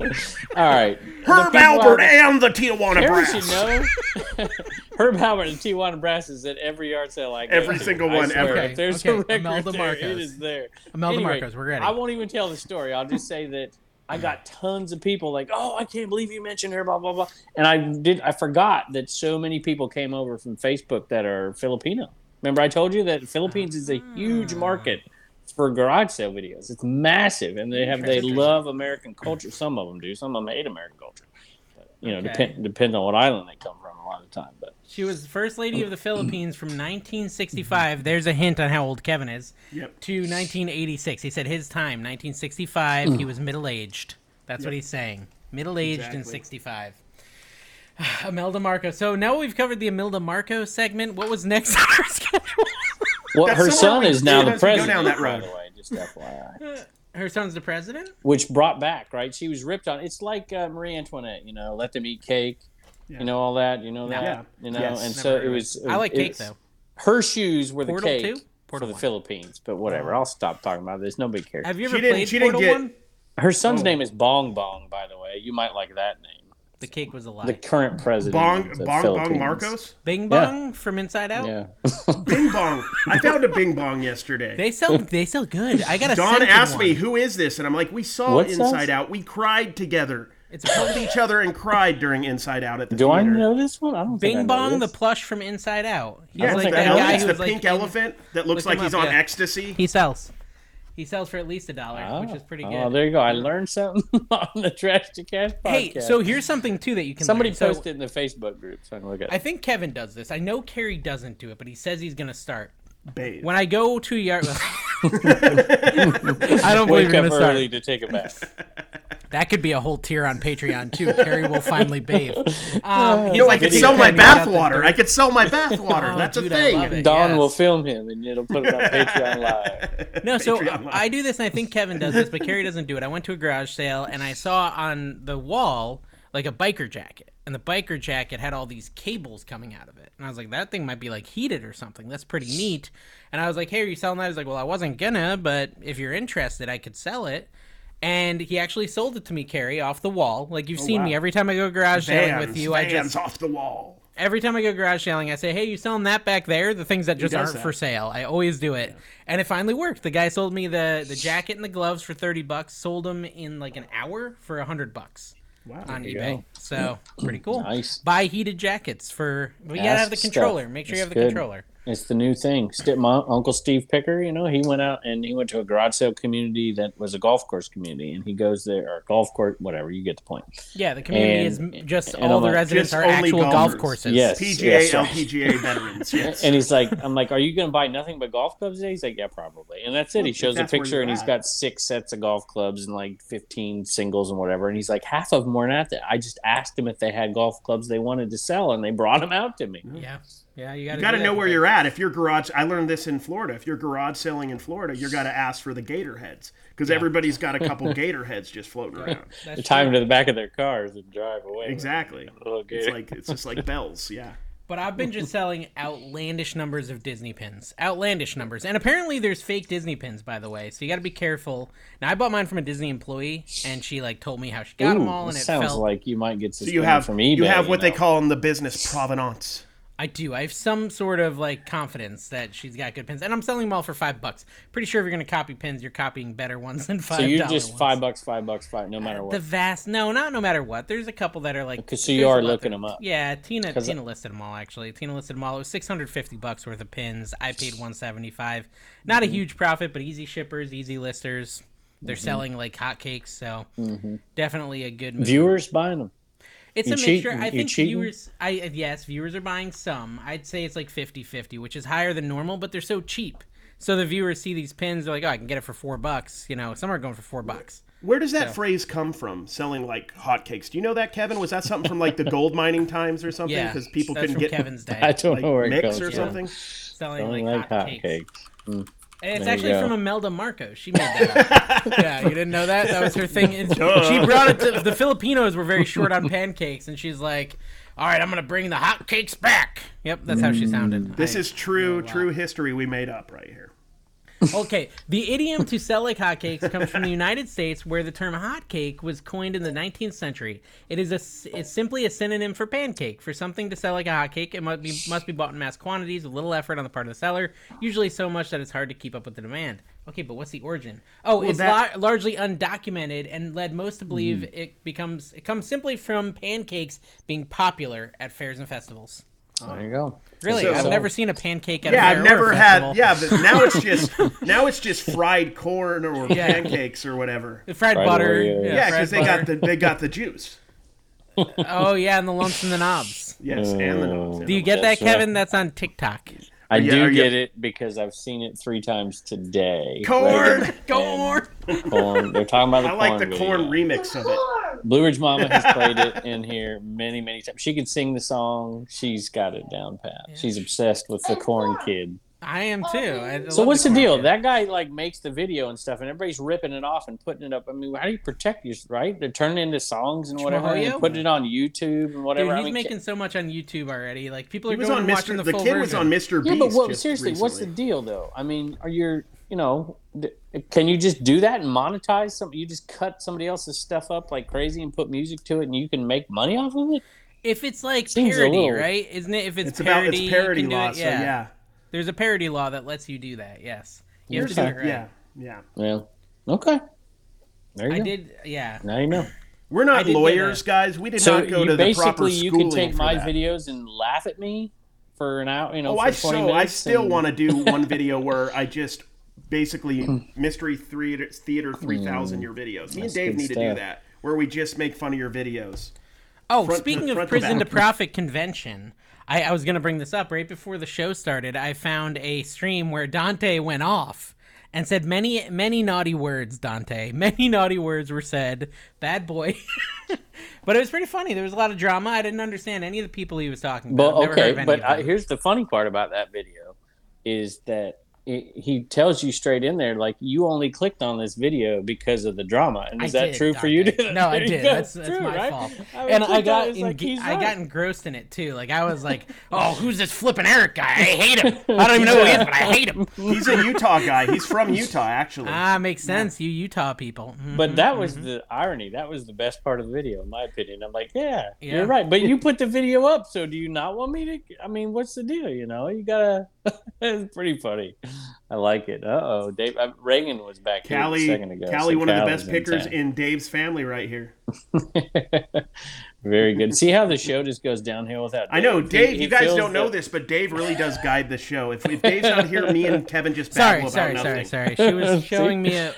All right, Herb The people Albert out- and the Tijuana Harry Brass. should know. Herb Howard and Tijuana Brass is at every yard sale I go Every to. single I one, swear, ever. If there's Okay, a okay, record Imelda there, it Marcos. is there. Imelda Anyway, Marcos, we're ready. I won't even tell the story. I'll just say that Mm. I got tons of people like, "Oh, I can't believe you mentioned her." Blah blah blah. And I did. I forgot that so many people came over from Facebook that are Filipino. Remember, I told you that Philippines is a huge Ah. market for garage sale videos. It's massive, and they have they Interesting. love American culture. Some of them do. Some of them hate American culture. But, you know, Okay. depend depends on what island they come from a lot of the time. But She was first lady of the Philippines from 1965. There's a hint on how old Kevin is. Yep. To 1986. He said his time, 1965. He was middle aged. That's what he's saying. Middle aged and Exactly. 65. Amelda Marco. So now we've covered the Amelda Marco segment. What was next on our schedule? Well, That's her somewhere son we is now did the as we go president. down that by road. the way, just FYI. Her son's the president. Which brought back, right? She was ripped on. It's like uh, Marie Antoinette, you know, let them eat cake, Yeah. you know, all that, you know, that, Yeah. you know, Yes. and Never so heard it of it. was. it I like was- cake though. Her shoes were the Portal cake two? Portal for the one. Philippines, but whatever. I'll stop talking about this. No big care. Oh. Have Oh. you She ever didn't- played she didn't Portal get- One? Her son's name is Bong Bong, by the way. You might like that name. The cake was a lie. The current president. Bong of the Bong Bong Philippines. Marcos? Bing Bong from Inside Out. Yeah. Bing Bong. I found a Bing Bong yesterday. They sell. They sell good. I got a. Don scented asked me, one. "Who is this?" And I'm like, "We saw What's Inside that? Out. We cried together, It's a hugged each other, and cried during Inside Out at the Do I theater." know this one? I don't think I Bing know Bong, the this. plush from Inside Out. He's Yeah, it's like think the, I that know guy elephant, this. who's the like pink in- elephant that looks Look like him he's up, on yeah. ecstasy. He sells. He sells for at least a dollar, which is pretty good. Oh, there you go. I learned something on the Trash to Cash podcast. hey, so here's something too that you can. somebody learn. So posted in the Facebook group, so I can look at. I it. think Kevin does this. I know Carrie doesn't do it, but he says he's gonna start. Babe. When I go to yard, I don't believe Wake you're up gonna start. early to take a bath. That could be a whole tier on Patreon too. Carrie will finally bathe. Um, he's no, I like could a video sell my Kevin without bath the water. dirt. I could sell my bath water. Oh, That's dude, a I thing. love it. Don Yes. will film him, and it'll put it on Patreon Live. No, so Patreon Live. I do this, and I think Kevin does this, but Carrie doesn't do it. I went to a garage sale, and I saw on the wall like a biker jacket, and the biker jacket had all these cables coming out of it, and I was like, that thing might be like heated or something. That's pretty neat. And I was like, hey, are you selling that? He's like, well, I wasn't gonna, but if you're interested, I could sell it. And he actually sold it to me, Carrie, off the wall. Like you've seen me every time I go garage selling Oh, Vans, with you. I vans just off the wall. every time I go garage selling, I say, "Hey, you selling that back there? The things that just does aren't that. for sale." I always do it, and it finally worked. The guy sold me the the jacket and the gloves for thirty bucks. Sold them in like an hour for a hundred bucks Wow. on you eBay. So pretty cool. Nice. Buy heated jackets for. But you gotta That's have the stuff. controller. Make sure you have That's the good. controller. It's the new thing. Sti- My uncle Steve Picker, you know, he went out and he went to a garage sale community that was a golf course community, and he goes there or golf course, whatever. You get the point. Yeah, the community And- is m- just and all I'm the like- residents Just are only actual golf golfers. courses. Yes. PGA, yes, right. LPGA veterans. Yes. And he's like, I'm like, are you going to buy nothing but golf clubs today? He's like, yeah, probably. And that's it. He shows a That's where picture you're and he's at. got six sets of golf clubs and like 15 singles and whatever. And he's like, half of them weren't out there. I just asked him if they had golf clubs they wanted to sell and they brought them out to me. Mm-hmm. Yeah. Yeah, you gotta, You got to do know that. where you're at. If your garage, I learned this in Florida. If you're garage selling in Florida, you got to ask for the gator heads because everybody's got a couple gator heads just floating around. That's They tie true. them to the back of their cars and drive away. Exactly. Little It's gator. like it's just like bells. Yeah. But I've been just selling outlandish numbers of Disney pins. Outlandish numbers. And apparently there's fake Disney pins, by the way. So you got to be careful. Now, I bought mine from a Disney employee, and she, like, told me how she got them Ooh, all, this and it sounds felt... like you might get So suspended you have from eBay. you have what they know. call in the business provenance. I do. I have some sort of, like, confidence that she's got good pins. And I'm selling them all for five bucks. Pretty sure if you're going to copy pins, you're copying better ones than five So you're dollar just ones. five bucks, five bucks, five, no matter The what. vast... No, not no matter what. There's a couple that are, like... 'Cause so you there's are a lot looking that- them up. Yeah, Tina 'Cause- Tina listed them all, actually. Tina listed them all. It was 650 bucks worth of pins. I paid 175. Not Mm-hmm. a huge profit, but easy shippers, easy listers. They're selling like hotcakes, so definitely a good move. Viewers buying them. it's Mm-hmm. you a cheating- mixture. I you think cheating? viewers I yes, viewers are buying some. I'd say it's like 50-50, which is higher than normal, but they're so cheap. So the viewers see these pins, they're like, "Oh, I can get it for 4 bucks." You know, some are going for 4 bucks. Where does that phrase come from? Selling like hotcakes. Do you know that, Kevin? Was that something from like the gold mining times or something? Yeah. Because people That's couldn't from get Kevin's day. I don't like know where it mix comes or from. something. selling Don't like, like hotcakes. hotcakes. And It's There you actually go. from Imelda Marco. She made that up. yeah, you didn't know that? That was her thing. And she brought it to the Filipinos were very short on pancakes, and she's like, all right, I'm going to bring the hot cakes back. Yep, that's how she sounded. This I- is true, true history we made up right here. Okay, the idiom to sell like hotcakes comes from the United States, where the term hotcake was coined in the 19th century. It is a s- it's simply a synonym for pancake. For something to sell like a hotcake, it must be must be bought in mass quantities with little effort on the part of the seller, usually so much that it's hard to keep up with the demand. Okay, but what's the origin? Oh, it's that- Mm-hmm. lar- largely undocumented and led most to believe it becomes it comes simply from pancakes being popular at fairs and festivals. Oh. There you go. Really, So- I've never seen a pancake at a fair Yeah, I've or never a festival. had. Yeah, but now it's just now it's just fried corn or Yeah. pancakes or whatever. The fried, Fried butter. Oreo. Yeah, fried because they got butter. the they got the juice. Oh yeah, and the lumps and the knobs. Yes, and the knobs. Do you get that, That's right. Kevin? That's on TikTok. I you- do are you- get it because I've seen it three times today. Corn! Corn! And corn. They're talking about the I like the corn. corn video. remix of it. Blue Ridge Mama has played it in here many, many times. She can sing the song. She's got it down pat. Yeah. She's obsessed with the corn kid. I am too. I So love what's the corn deal? kid. That guy like makes the video and stuff, and everybody's ripping it off and putting it up. I mean, how do you protect your right? They're turning it into songs and whatever, Chimoyo? and putting it on YouTube and Dude, whatever. he's I mean, making so much on YouTube already. Like people He are was going on and watching Mr. the, The, full kid version. was on Mr. Beast. yeah, but well, just seriously, what's the recently. deal though? I mean, are you you know, th- can you just do that and monetize something? You just cut somebody else's stuff up like crazy and put music to it, and you can make money off of it. If it's like Seems a parody, little- right? Isn't it? If it's, It's about parody, it's parody you can do law. it. So Yeah. yeah, there's a parody law that lets you do that. Yes, you have to do Okay. it right. yeah, yeah. Yeah. Okay. There you I go. did. Yeah, Now you know. We're I not did get lawyers, a- guys. We did So not go you- to the proper basically, you schooling can take for my that. videos and laugh at me for an hour. You know, Oh, for I 20 so I minutes still and- want to do one video where I just basically mystery theater theater three thousand your videos. Me and That's Dave good need to do stuff. that where we just make fun of your videos. Oh, Front to- speaking of front to prison to, back. profit convention, I, I was going to bring this up right before the show started. I found a stream where Dante went off and said many, many naughty words. Dante, many naughty words were said. Bad boy. but it was pretty funny. There was a lot of drama. I didn't understand any of the people he was talking But about. Never heard okay, of any but of I, them. here's the funny part about that video is that it, he tells you straight in there, like you only clicked on this video because of the drama. And I is that did, true for you? Dante. No, I There you did. go. That's- It's that's my fault. I and clicked I on got it, it's like, enga- he's I right. got engrossed in it too. Like I was like, "Oh, who's this flipping Eric guy? I hate him. I don't even know who he is, but I hate him." He's a Utah guy. He's from Utah, actually. Ah, makes sense. You Utah people. Mhm, But that mhm. was the irony. That was the best part of the video, in my opinion. I'm like, yeah, Yeah. you're right. But you put the video up, so do you not want me to? I mean, what's the deal? You know, you gotta. it's pretty funny. I like it. Uh oh, Dave uh, Reagan was back Callie, here a second ago. Callie, so one of the best Callie's pickers town. in Dave's family right here. Very good. See how the show just goes downhill without. I know, He- Dave. he you guys feels don't know the- this, but Dave really does guide the show. If, if Dave's not here, me and Kevin just sorry, babble sorry, about sorry, nothing. sorry. She was See? showing me a,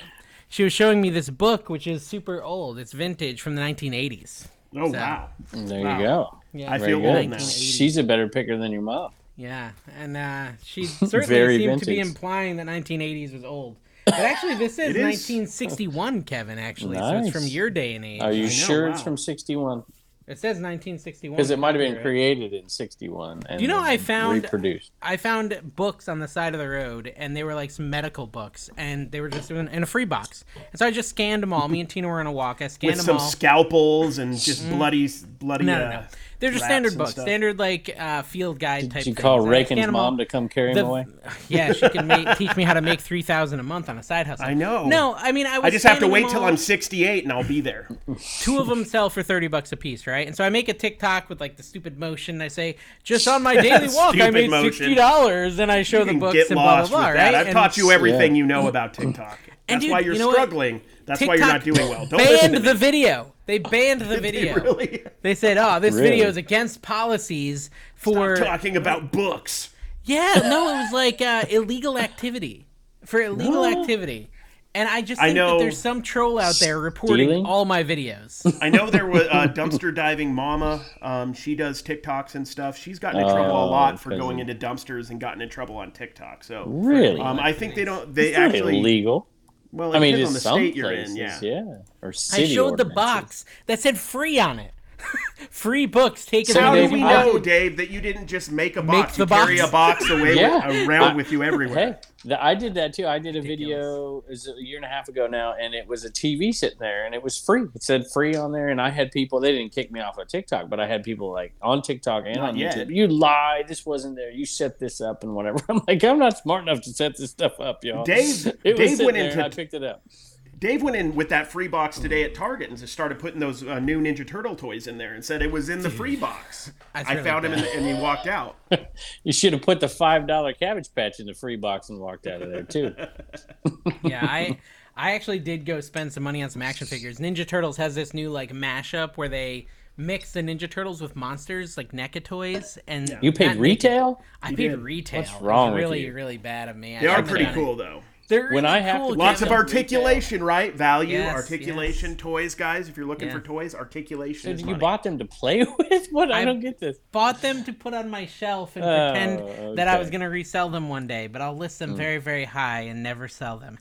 she was showing me this book which is super old. It's vintage from the 1980s. Oh wow, There Wow. you go. Yeah, I Very feel good. old now. She's a better picker than your mom. yeah, and uh, she certainly Very seemed to be vintage. implying that 1980s was old. But actually, this is, It is. 1961, Kevin. Actually, so it's from Nice. your day and age. Are you know, sure it's wow. from '61? It says 1961 Because it might have been copyright. created in '61. Do you know I found- reproduced. I found books on the side of the road, and they were like some medical books, and they were just in, in a free box. And so I just scanned them all. Me and Tina were on a walk. I scanned with them some all. scalpels and Mm. just bloody, bloody. No, no, no. uh, They're just wraps standard and books, stuff. standard like uh, field guide type. Did you call things. I Reagan's scan 'em all. mom to come carry him The- away? Yeah, she can make, teach me how to make three thousand a month on a side hustle. I know. No, I mean I. Was I just have to scanning wait them till all. I'm 68 and I'll be there. Two of them sell for thirty bucks a piece, right? And so I make a TikTok with like the stupid motion. and I say, just on my daily walk, I Stupid made motion. sixty dollars, and I show You the can books get and blah blah lost blah. with right? that. I've And taught you everything Yeah. you know about TikTok. That's dude, why you're you know what? struggling. That's why you're not TikTok doing well. Don't listen Banned to the me. video. They banned the They video. Really They said, "Oh, this Really? video is against policies for talking about books. Yeah, no, it was like uh, illegal activity for illegal activity, and I just I think that know. there's some troll out there reporting Stealing? all my videos. I know there was uh, dumpster diving mama. Um, she does TikToks and stuff. She's gotten in trouble a Oh, lot for because going of- into dumpsters and gotten in trouble on TikTok. So Really? um, I think they don't. They it's not actually. illegal. Well, it I mean, depends it's on the some state you're places, in. Yeah. yeah. Or I city showed the ordinances. box that said free on it. free books taken. So How away do Dave, from we I- us. know, Dave, that you didn't just make a Make box? the you carry box. a box away Yeah. with, around with you everywhere. Hey, the, I did that too. I did a video it was a year and a half ago now, and it was a TV sitting there, and it was free. It said free on there, and I had people. They didn't kick me off of TikTok, but I had people like on TikTok and Not on yet. YouTube. You lie. This wasn't there. You set this up and whatever. I'm like, I'm not smart enough to set this stuff up, y'all. Dave- it Dave was sitting went there, and into- I picked it up. Dave went in with that free box today at Target and just started putting those uh, new Ninja Turtle toys in there and said it was in the free box. That's I really found him in bad. the, and he walked out. You should have put the five dollar cabbage patch in the free box and walked out of there too. yeah, I I actually did go spend some money on some action figures. Ninja Turtles has this new like mashup where they mix the Ninja Turtles with monsters like NECA toys, and You paid not NECA. retail? I paid did. retail. What's wrong with really you? really bad of me. They I are should've pretty done it. cool though. They're When I have to- Lots of games. articulation, right? Value, Yes, articulation, yes. toys, guys. If you're looking Yeah. for toys, articulation So is you money. bought them to play with? What? I, I- don't get this. bought them to put on my shelf and Oh, pretend that I was okay. going to resell them one day, but I'll list Mm. them very, very high and never sell them.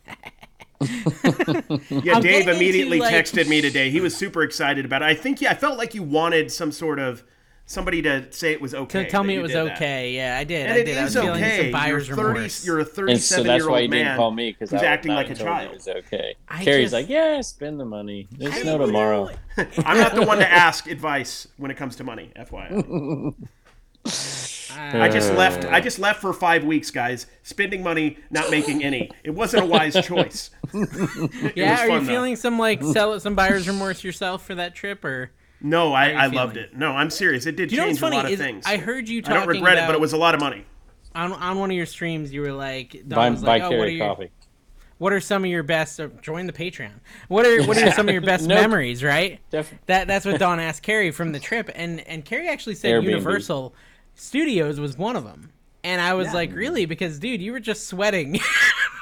Yeah, I'm Dave getting into, immediately like- texted me today. He was super excited about it. I think yeah, I felt like you wanted some sort of somebody to say it was okay. So tell that me it you was did that. okay. Yeah, I did. And I it did. I was is feeling okay. some buyer's you're 30, remorse. You're a And so 37 that's year why he old didn't call man. me because who's I was acting not like a told child. It was okay. I Carrie's just- like, yeah, spend the money. There's I no tomorrow. I'm not the one to ask advice when it comes to money, FYI. I Uh. just left. I just left for five weeks, guys. Spending money, not making any. It wasn't a wise choice. yeah, was are you fun, though. feeling some like sell some buyer's remorse yourself for that trip or? No, I, you I loved feeling? it. No, I'm serious. It did You know what's change funny a lot of is things. I heard you I talking don't regret about, it, but it was a lot of money. on on one of your streams. You were like, Don Buy, was buy like, oh, what are Carrie your, coffee. what are some of your best? Or join the Patreon. What are what are some of your best Nope. memories? Right. Def- That that's what Don asked Carrie from the trip, and and Carrie actually said Airbnb. Universal Studios was one of them, and I was like, really? Because dude, you were just sweating.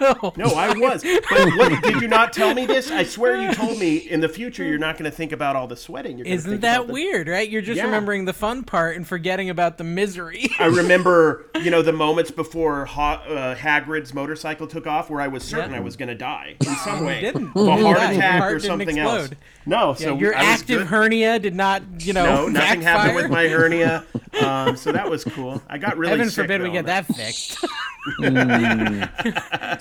No, I was. But what, did you not tell me this? I swear you told me in the future you're not going to think about all the sweating. You're gonna Isn't think that about the- weird, right? You're just Yeah. remembering the fun part and forgetting about the misery. I remember, you know, the moments before ha- uh, Hagrid's motorcycle took off, where I was certain Yeah. I was going to die in some way, didn't. Of a You heart died. Your attack heart or didn't something else. explode. No, so Your I was active good. hernia did not, you know, No, nothing happened with backfire. my hernia, um, so that was cool. I got really Heaven sick, forbid we though, get on that fixed.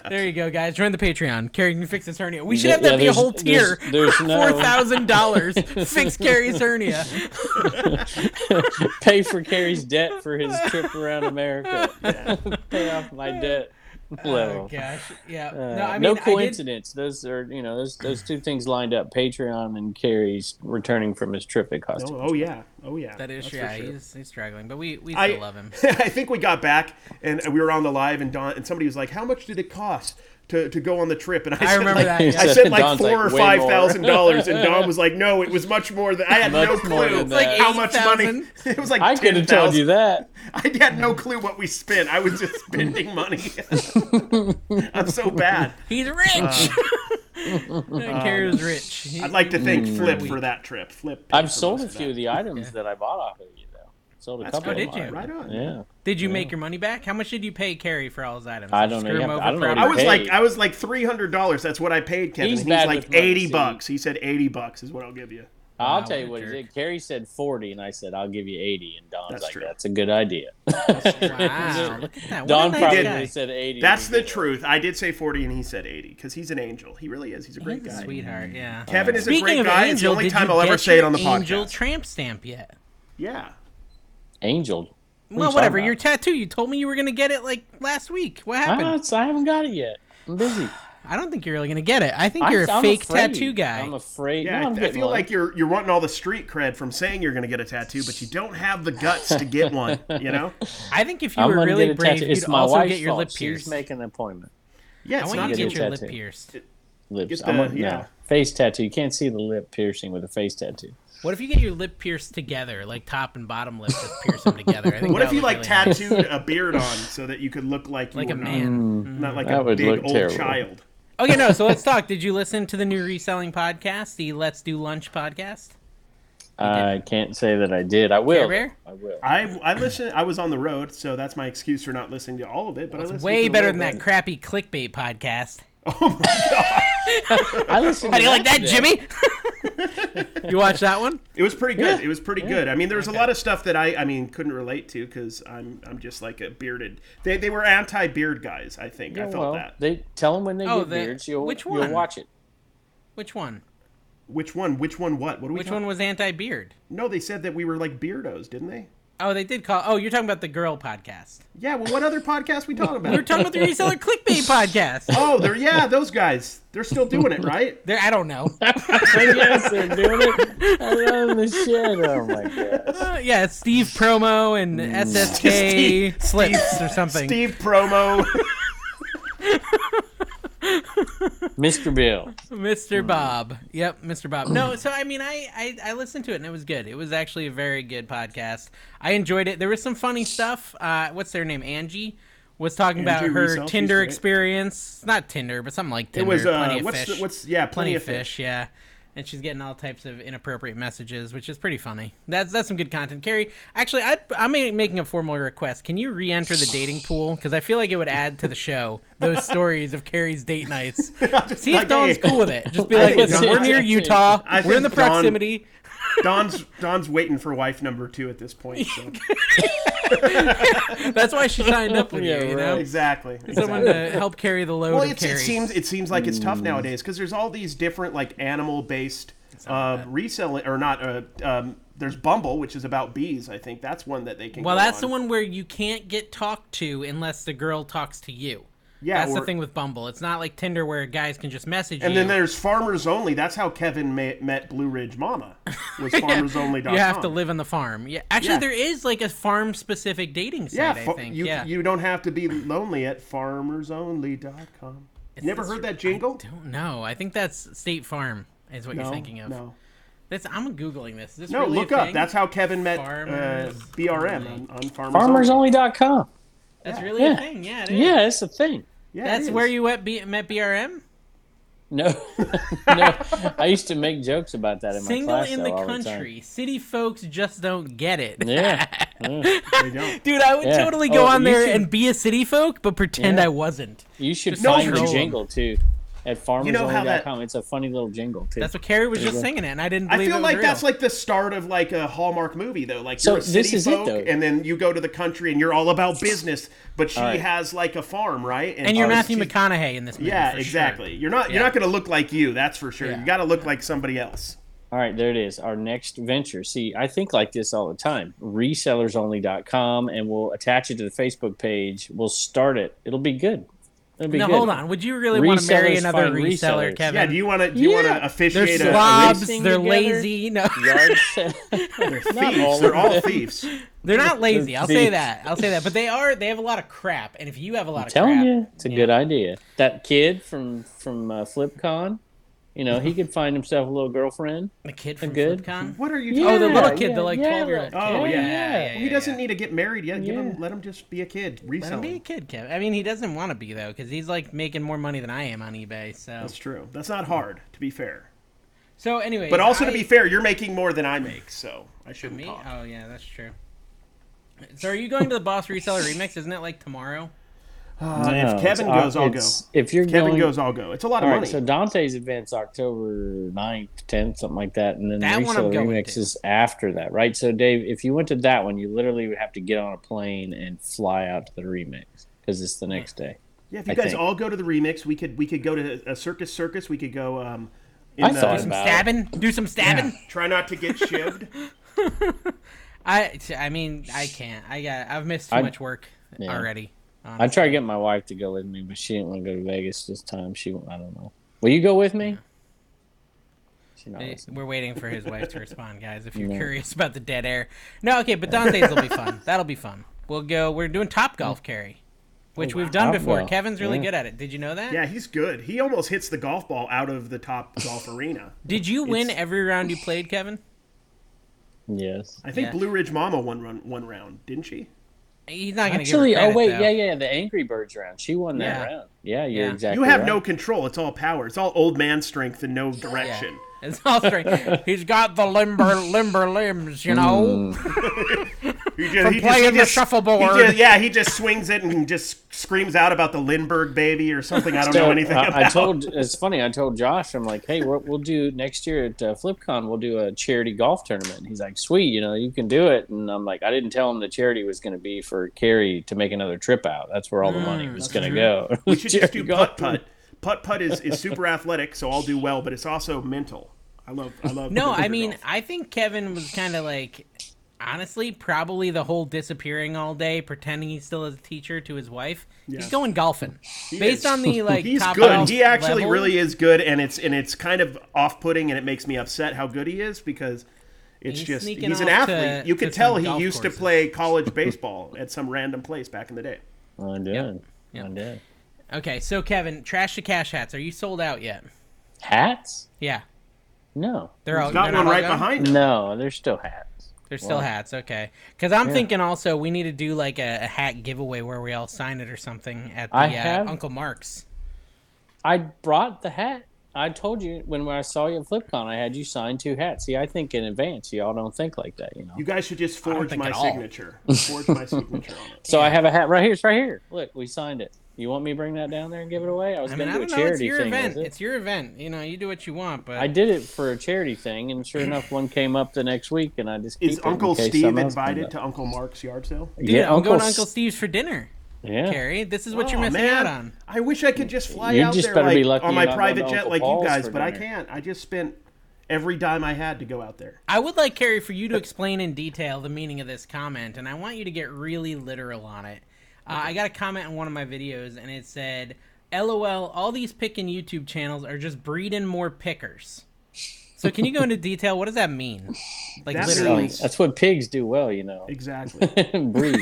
there you go, guys. Join the Patreon. Carrie can fix his hernia. We should have Yeah, that be a there's- whole tier. there's- there's no- Four thousand dollars. Fix Carrie's hernia. Pay for Carrie's debt for his trip around America. Pay off my debt. Oh Well, gosh. Yeah. uh, No, I mean, no I did- coincidence. Those are you know those those two things lined up. Patreon and Carrie's returning from his trip at Costa. Oh, oh yeah, oh yeah. That is That's true. for Yeah, sure. he's, he's struggling, but we we still I love him. I think we got back and we were on the live and Don and somebody was like, "How much did it cost to, to go on the trip?" And I, I said, remember like, that, yeah. I said like Don's four like, or "Way five more." thousand dollars, and Don was like, "No, it was much more than I had no Much more clue than It's like how much money." 8,000. It was like I could have told 10,000. you that. I had no clue what we spent. I was just spending money. I'm so bad. He's rich. Carrie was rich. He- I'd like to thank Flip for that trip. Flip. paid Mm. I've for sold most a of few that. of the items that I bought off of you though. Sold a That's couple. Oh, good. did of you? mine. Right on. Yeah. Did you make your money back? How much did you pay Carrie for all his items? I Did you don't know. screw You him have to- over I don't know for what he I all- was paid. like I was like three hundred dollars. That's what I paid Kevin. He's and bad he's like with money, eighty so bucks. He said eighty bucks is what I'll give you. I'll Wow, tell you what a what he jerk. did. Carrie said 40, and I said, I'll give you 80. And Don's That's like, true. that's a good idea. Wow, look at that. What Don a nice probably guy. said 80. That's when the he did it. truth. I did say 40 and he said 80 because he's an angel. He really is. He's a great He's a guy. sweetheart, yeah. Kevin is a Speaking great of guy. Angel, it's the only did time you I'll ever get say it your on the Angel podcast. tramp stamp yet? yeah. Angel. Well, you whatever. talking Your tattoo. You told me you were gonna get it like last week. What Ah, happened? it's- I haven't got it yet. I'm busy. I don't think you're really gonna get it. I think I'm- you're a I'm fake afraid. tattoo guy. I'm afraid. Yeah, no, I- I'm I, feel like you you're you're wanting all the street cred from saying you're going to get a tattoo, but you don't have the guts to get one. You know? I think if you I'm were gonna really get a brave, tattoo. you'd It's my also wife's get your fault. lip She's pierced. making an appointment. Yeah, I it's want not you to getting get a good. your lip tattoo. pierced. Lips. Get I'm the- on, yeah. no, face tattoo. You can't see the lip piercing with a face tattoo. What if you get your lip pierced together, like top and bottom lip, just pierce them together? I think What that if you would like really Mm. help. tattooed a beard on so that you could look like you like a were not- man? not, like That a would big look old terrible. child? Okay, no. So let's talk. Did you listen to the new reselling podcast, the Let's Do Lunch podcast? I can't say that I did. I will. Bear? I will. I I listened. I was on the road, so that's my excuse for not listening to all of it. But I It's listened way to a better than little that crappy clickbait podcast. I listened. How do you to like that, today. Jimmy? you watch that one? It was pretty good. It was pretty good. I mean, there was a lot of stuff that I, I mean, couldn't relate to because I'm, I'm just like a bearded. They, they were anti-beard guys. I think I Yeah, felt well, that. They tell them when they Oh, get the- beards. You'll, which you'll one? watch it. Which one? Which one? Which one? What? What are we? Which talking- one was anti-beard? No, they said that we were like beardos, didn't they? Oh, they did call. Oh, you're talking about the girl podcast. Yeah. Well, what other podcast we talking We're about? talking about the reseller clickbait podcast. oh, they're yeah, those guys. They're still doing it, right? There, I don't know. yes, they're doing it. I love the shit. Oh my god. Uh, yeah, it's Steve promo and SSK Steve- slips or something. Steve promo. Mr. Bill. Hmm. Mr. Bob. Yep, Mr. Bob. No, so I mean, I, I I listened to it and it was good. It was actually a very good podcast. I enjoyed it. There was some funny stuff. Uh, what's their name? Angie was talking about Andrew her Reese Elf Tinder used to- experience. Not Tinder, but something like It Tinder. was plenty uh, of what's fish. the, what's yeah, plenty, of fish. Yeah, and she's getting all types of inappropriate messages, which is pretty funny. That's that's some good content, Carrie. Actually, I, I'm ma- making a formal request. Can you re-enter the dating pool? Because I feel like it would add to the show those stories of Carrie's date nights. See if like, Dawn's hey. cool with it. Just be I like, think listen, Dawn- we're near Utah. I We're in the think Dawn- proximity. Don's Don's waiting for wife number two at this point. So. That's why she signed up with Yeah, you. You right. know, exactly. someone to exactly. help carry the load Well, of it's, Carrie. it seems it seems like it's tough nowadays because there's all these different like animal based uh, reselling or not. Uh, um, there's Bumble, which is about bees. I think that's one that they can. Well, go that's the on. one where you can't get talked to unless the girl talks to you. Yeah, that's the or- thing with Bumble. It's not like Tinder where guys can just message And you. then there's Farmers Only. That's how Kevin ma- met Blue Ridge Mama. Was FarmersOnly.com. you have to live on the farm. Yeah, actually, Yeah. there is like a farm-specific dating site. Yeah, I fa- think. you yeah, you don't have to be lonely at FarmersOnly.com. Never heard that jingle? don't know. I think that's State Farm is what no, you're thinking of. no, That's I'm googling this. Is this no. really a look up. thing? That's how Kevin met uh, Farmers BRM Only. on, on Farmers, Only. FarmersOnly.com. that's really a yeah. thing. Yeah, it is. Yeah, it's a thing. Yeah, it That's is. where you at B- met BRM. No, no. I used to make jokes about that in my Single class. in though, the all country. City folks just don't get it. The time. Yeah. yeah. They don't. Dude, I would Yeah. totally go Oh, on you there should- and be a city folk, but pretend Yeah. I wasn't. You should No, find the for- jingle too at farmersonly.com. how that- It's a funny little jingle too. That's what Carrie was just go. singing it, and I didn't I believe it feel was like real. that's like the start of like a Hallmark movie though. Like So you're a this city is it, folk, though. and then you go to the country and you're all about business. But she right. has like a farm, right? and you're oh, Matthew she's- McConaughey in this movie. Yeah, for sure. exactly. You're not you're Yeah. not going to look like you. That's for sure. Yeah. You got to look like somebody else. All right, there it is. Our next venture. See, I think like this all the time. Resellersonly.com, and we'll attach it to the Facebook page. We'll start it. It'll be good. It'll be Now good. hold on, would you really want to marry Resellers another find reseller, resellers. Kevin? Yeah. Do you want to do you want Yeah. to they're officiate a- a? slobs. racing They're together. lazy. No, Yard sale. Not all Thieves. of They're all them. thieves. they're not lazy. I'll say thieves. that. I'll say that. But they are. They have a lot of crap. And if you have a lot of telling crap, you, it's a good idea. That kid from from uh, FlipCon, you know, he could find himself a little girlfriend. Uh, the kid from good- FlipCon. What are you? Yeah. Oh, the talking little about? kid, yeah, the like yeah, twelve year old. the- Oh, yeah. yeah, yeah He doesn't need to get married yet. Give Yeah. him let him just be a kid. Let him Resell. be a kid, Kevin. I mean, he doesn't want to be though, because he's like making more money than I am on eBay. So, That's true. That's not hard to be fair. so anyway. But also I- to be fair, you're making more than I make, so I shouldn't Me? talk. Oh yeah, that's true. So are you going to the Boss Reseller Remix? Isn't it like tomorrow? Uh, No, if Kevin it's- goes, I'll go. it's- If you're Kevin going, goes, I'll go. It's a lot of All right, money. so Dante's event's October 9th, 10th, something like that, and then That the one I'm Reseller going Remix to. is after that, right? So Dave, if you went to that one, you literally would have to get on a plane and fly out to the remix because it's the next day. yeah, if you I guys think. all go to the remix, we could we could go to a circus circus. We could go. Um, in I the, thought Some about it. stabbing? Do some stabbing? Try not to get shivved. I I mean I can't. I got I've missed too I- much work Yeah. already. I tried to get my wife to go with me, but she didn't want to go to Vegas this time. She, I don't know. Will you go with me? She not Eh, listening. We're waiting for his wife to respond, guys. If you're Yeah. curious about the dead air, no, okay, but Dante's will be fun. That'll be fun. We'll go. We're doing Top Golf, Carrie, which we've done Oh, Top before. Golf, Kevin's really yeah. good at it. Did you know that? yeah, he's good. He almost hits the golf ball out of the top golf arena. Did you win every round you played, Kevin? Yes. I think Yeah. Blue Ridge Mama won run, one round, didn't she? He's not going to Actually, Give oh her credit, wait, though. yeah, yeah, the Angry Birds round. She won that Yeah. round. Yeah, you're Yeah. exactly. You have right. no control. It's all power. It's all old man strength and no direction. It's all straight. He's got the limber, limber limbs, you Hmm. know. He just, he playing the He shuffleboard. just, yeah, he just swings it and just screams out about the Lindbergh baby or something. I don't know So, uh, anything I, about. I told it's funny. I told Josh, I'm like, hey, what we'll do next year at uh, FlipCon, we'll do a charity golf tournament. And He's like, sweet, you know, you can do it. And I'm like, I didn't tell him the charity was going to be for Carrie to make another trip out. That's where all the money Mm, was going to go. We should just do putt putt. Putt putt is, is super athletic, so I'll do well, but it's also mental. I love I love. No, I Lindbergh mean, golf. I think Kevin was kind of like, honestly, probably the whole disappearing all day, pretending he still is a teacher to his wife. He's Yeah. going golfing. Based is. on the like, he's top good. golf He actually level, really is good, and it's and it's kind of off putting, and it makes me upset how good he is because. It's He's just sneaking he's an off to- athlete. you could to tell some he golf used courses. to play college baseball at some random place back in the day. I did. Yep. I did. Okay, so Kevin, trash the cash hats. Are you sold out yet? Hats? Yeah, No, they're all Got they're not one all right gone? behind him. no, they're still hats. They're still hats, okay? Because I'm thinking also we need to do like a, a hat giveaway where we all sign it or something at the I uh, have- Uncle Mark's. I brought the hat. I told you when I saw you at FlipCon, I had you sign two hats. See, I think in advance. Y'all don't think like that, you know. You guys should just forge think my at all. signature. Forge my signature on it. so I have a hat right here. It's right here. Look, we signed it. You want me to bring that down there and give it away? I was I mean, going I to do a don't know. It's charity your thing. event. with it. It's your event. You know, you do what you want, but I did it for a charity thing, and sure enough, one came up the next week, and I just Is keep it in Uncle case Steve something else comes invited up. to Uncle Mark's yard sale? Dude, yeah, I'm going to S- Uncle Steve's for dinner, Yeah. Carrie. This is what you're Aw, missing Oh, man. out on. I wish I could just fly You out just there better like, be lucky on you're my not private going to jet Uncle like Paul's you guys, for but I dinner. can't. I just spent every dime I had to go out there. I would like Carrie for you to explain in detail the meaning of this comment, and I want you to get really literal on it. Uh, I got a comment on one of my videos, and it said, "LOL, all these picking YouTube channels are just breeding more pickers." So can you go into detail? What does that mean? Like That literally, means- That's what pigs do well, you know. Exactly. Breed.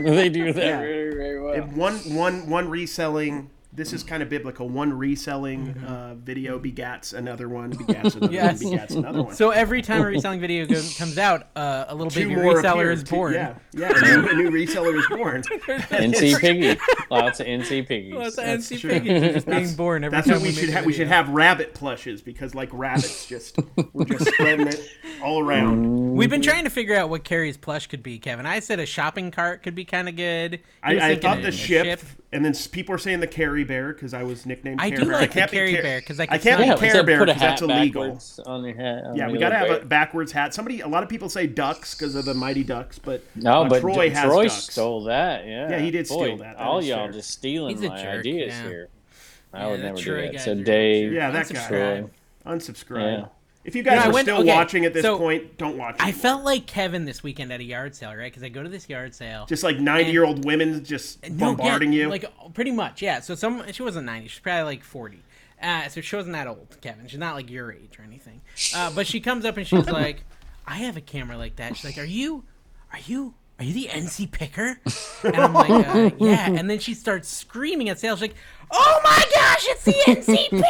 they do that Yeah. very, very well. If one one one reselling. This is kind of biblical. One reselling uh, video begats another one, begats another Mm-hmm. Yes. one, begats another one. so every time a reselling video go- comes out, uh, a little baby reseller appear, is two- born. Yeah, yeah. A new, a new reseller is born. NC piggy. Lots of NC piggies. Well, it's the That's NC true. Piggies are just being That's- born every That's time what we make should a have. We should video. have rabbit plushes because like rabbits just we're just spreading it all around. We've been trying to figure out what Carrie's plush could be, Kevin. I said a shopping cart could be kind of good. He was I, I thinking thought a- the a ship, and then s- people are saying the Carrie Bear because I was nicknamed. I Care do Bear. like the can't be Care Care- Bear 'cause I I can smell can't be it. Care except Bear put a because that's hat illegal. backwards On your head. on Yeah, we your gotta have little a backwards hat. Somebody, a lot of people say ducks because of the Mighty Ducks, but No, uh, but Troy Troy, has ducks. stole that. Yeah, Yeah, he did Boy, steal that. That all is y'all fair. just stealing He's a my jerk, ideas yeah. here. I Yeah, would that never Troy do that. guy's So a jerk. Dave, Yeah, that guy. Unsubscribe. Unsubscribe. Yeah. If you guys No, I are went- still okay, watching at this so- point, don't watch. I anymore. felt like Kevin this weekend at a yard sale, right? Because I go to this yard sale. just like ninety-year-old women just No, yeah, bombarding you. Like pretty much, yeah. So some she wasn't ninety; she's probably like forty. Uh, so she wasn't that old, Kevin. She's not like your age or anything. Uh, but she comes up and she's like, "I have a camera like that." She's like, "Are you, are you, are you the NC picker?" And I'm like, uh, "Yeah." And then she starts screaming at sales, like, "Oh my gosh, it's the NC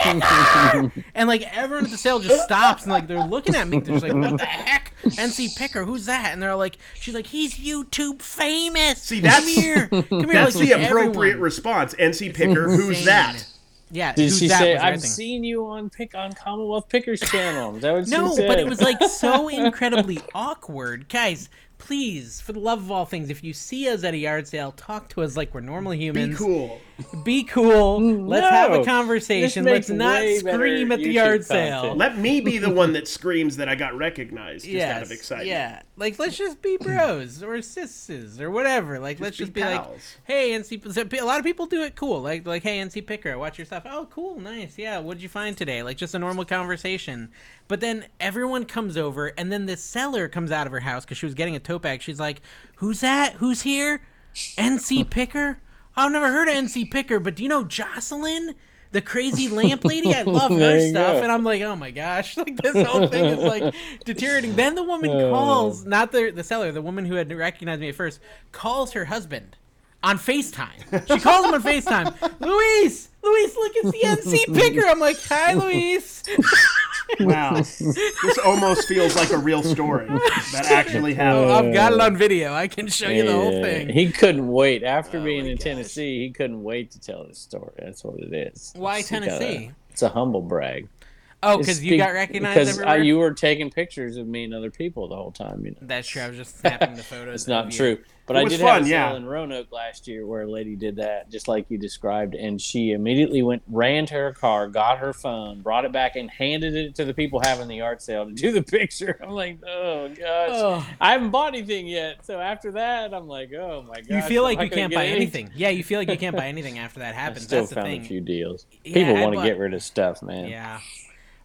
picker!" And like everyone at the sale just stops and like they're looking at me. They're just like, "What the heck, NC picker? Who's that?" And they're like, "She's like, he's YouTube famous." See, that's- come here, come here. That's like, the appropriate everyone. response. NC Picker, who's insane. that? Yeah. Did who's she that say, was her "I've thing. seen you on pick on Commonwealth Pickers channel"? Is that what she No, said? but it was like so incredibly awkward. Guys, please, for the love of all things, if you see us at a yard sale, talk to us like we're normal Be humans. cool. Be cool. Let's have no. a conversation. This makes Let's not way better scream at the YouTube yard content. sale. Let me be the one that screams that I got recognized just out of Yes, excitement. Yeah. Like let's just be bros or sisters or whatever. Like let's be just be like, pals. hey NC. so pe- A lot of people do it cool. Like like hey NC Picker, watch your stuff. Oh cool, nice. Yeah. What did you find today? Like just a normal conversation. But then everyone comes over, and then this seller comes out of her house because she was getting a tote bag. She's like, who's that? Who's here? NC Picker. I've never heard of NC Picker, but do you know Jocelyn? The crazy lamp lady, I love There her you stuff, go. and I'm like, oh my gosh, like this whole thing is like deteriorating. Then the woman Oh. calls, not the the seller, the woman who had recognized me at first, calls her husband on FaceTime. She calls him on FaceTime. Luis, Luis, look, it's the NC picker. I'm like, hi, Luis. Wow. this almost feels like a real story that actually happened. I've got it on video. I can show you the whole Oh. Yeah. thing. Oh He couldn't wait after being my in gosh. Tennessee. He couldn't wait to tell this story. That's what it is. Why It's kinda- Tennessee? it's a humble brag. Oh, because you It's got be- recognized because I- everywhere. you were taking pictures of me and other people the whole time. You know, That's true. I was just snapping the photos. it's not of you. true. But It I was did fun, have a yeah. sale in Roanoke last year where a lady did that, just like you described, and she immediately went, ran to her car, got her phone, brought it back, and handed it to the people having the yard sale to do the picture. I'm like, oh gosh, Ugh. I haven't bought anything yet. So after that, I'm like, oh my gosh, You feel am like I you gonna can't get buy any- anything. Yeah, you feel like you can't buy anything after that I happens. still That's the found thing. a few deals. Yeah, People I want to bought- get rid of stuff, man. Yeah.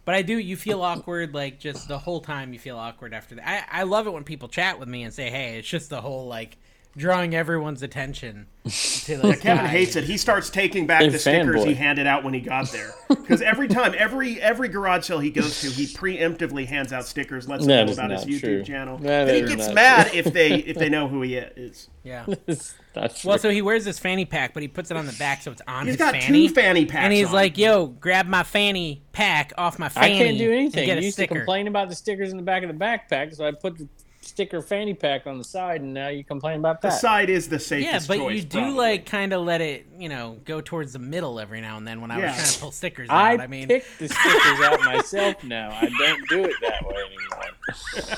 But I do. You feel awkward, like just the whole time. You feel awkward after that. I, I love it when people chat with me and say, "Hey, it's just the whole like drawing everyone's attention." To this Kevin guy." hates it. He starts taking back Big the stickers fanboy. he handed out when he got there. Because every time, every every garage sale he goes to, he preemptively hands out stickers, lets them That know is about his not YouTube true. channel. That and he is gets not mad if they if they know who he is. Yeah. That's Well, so he wears this fanny pack, but he puts it on the back, so it's on He's his got fanny. two fanny packs. and he's on. like, "Yo, grab my fanny pack off my I fanny." can't do and anything. Get You a used sticker. to complain about the stickers in the back of the backpack, so I put the sticker fanny pack on the side, and now you complain about The that. side is the Yeah, safest but choice, you do probably. like kind of let it, you know, go towards the middle every now and then when I Yeah. was trying to pull stickers out. I, I, mean, pick the stickers out myself now. I don't do it that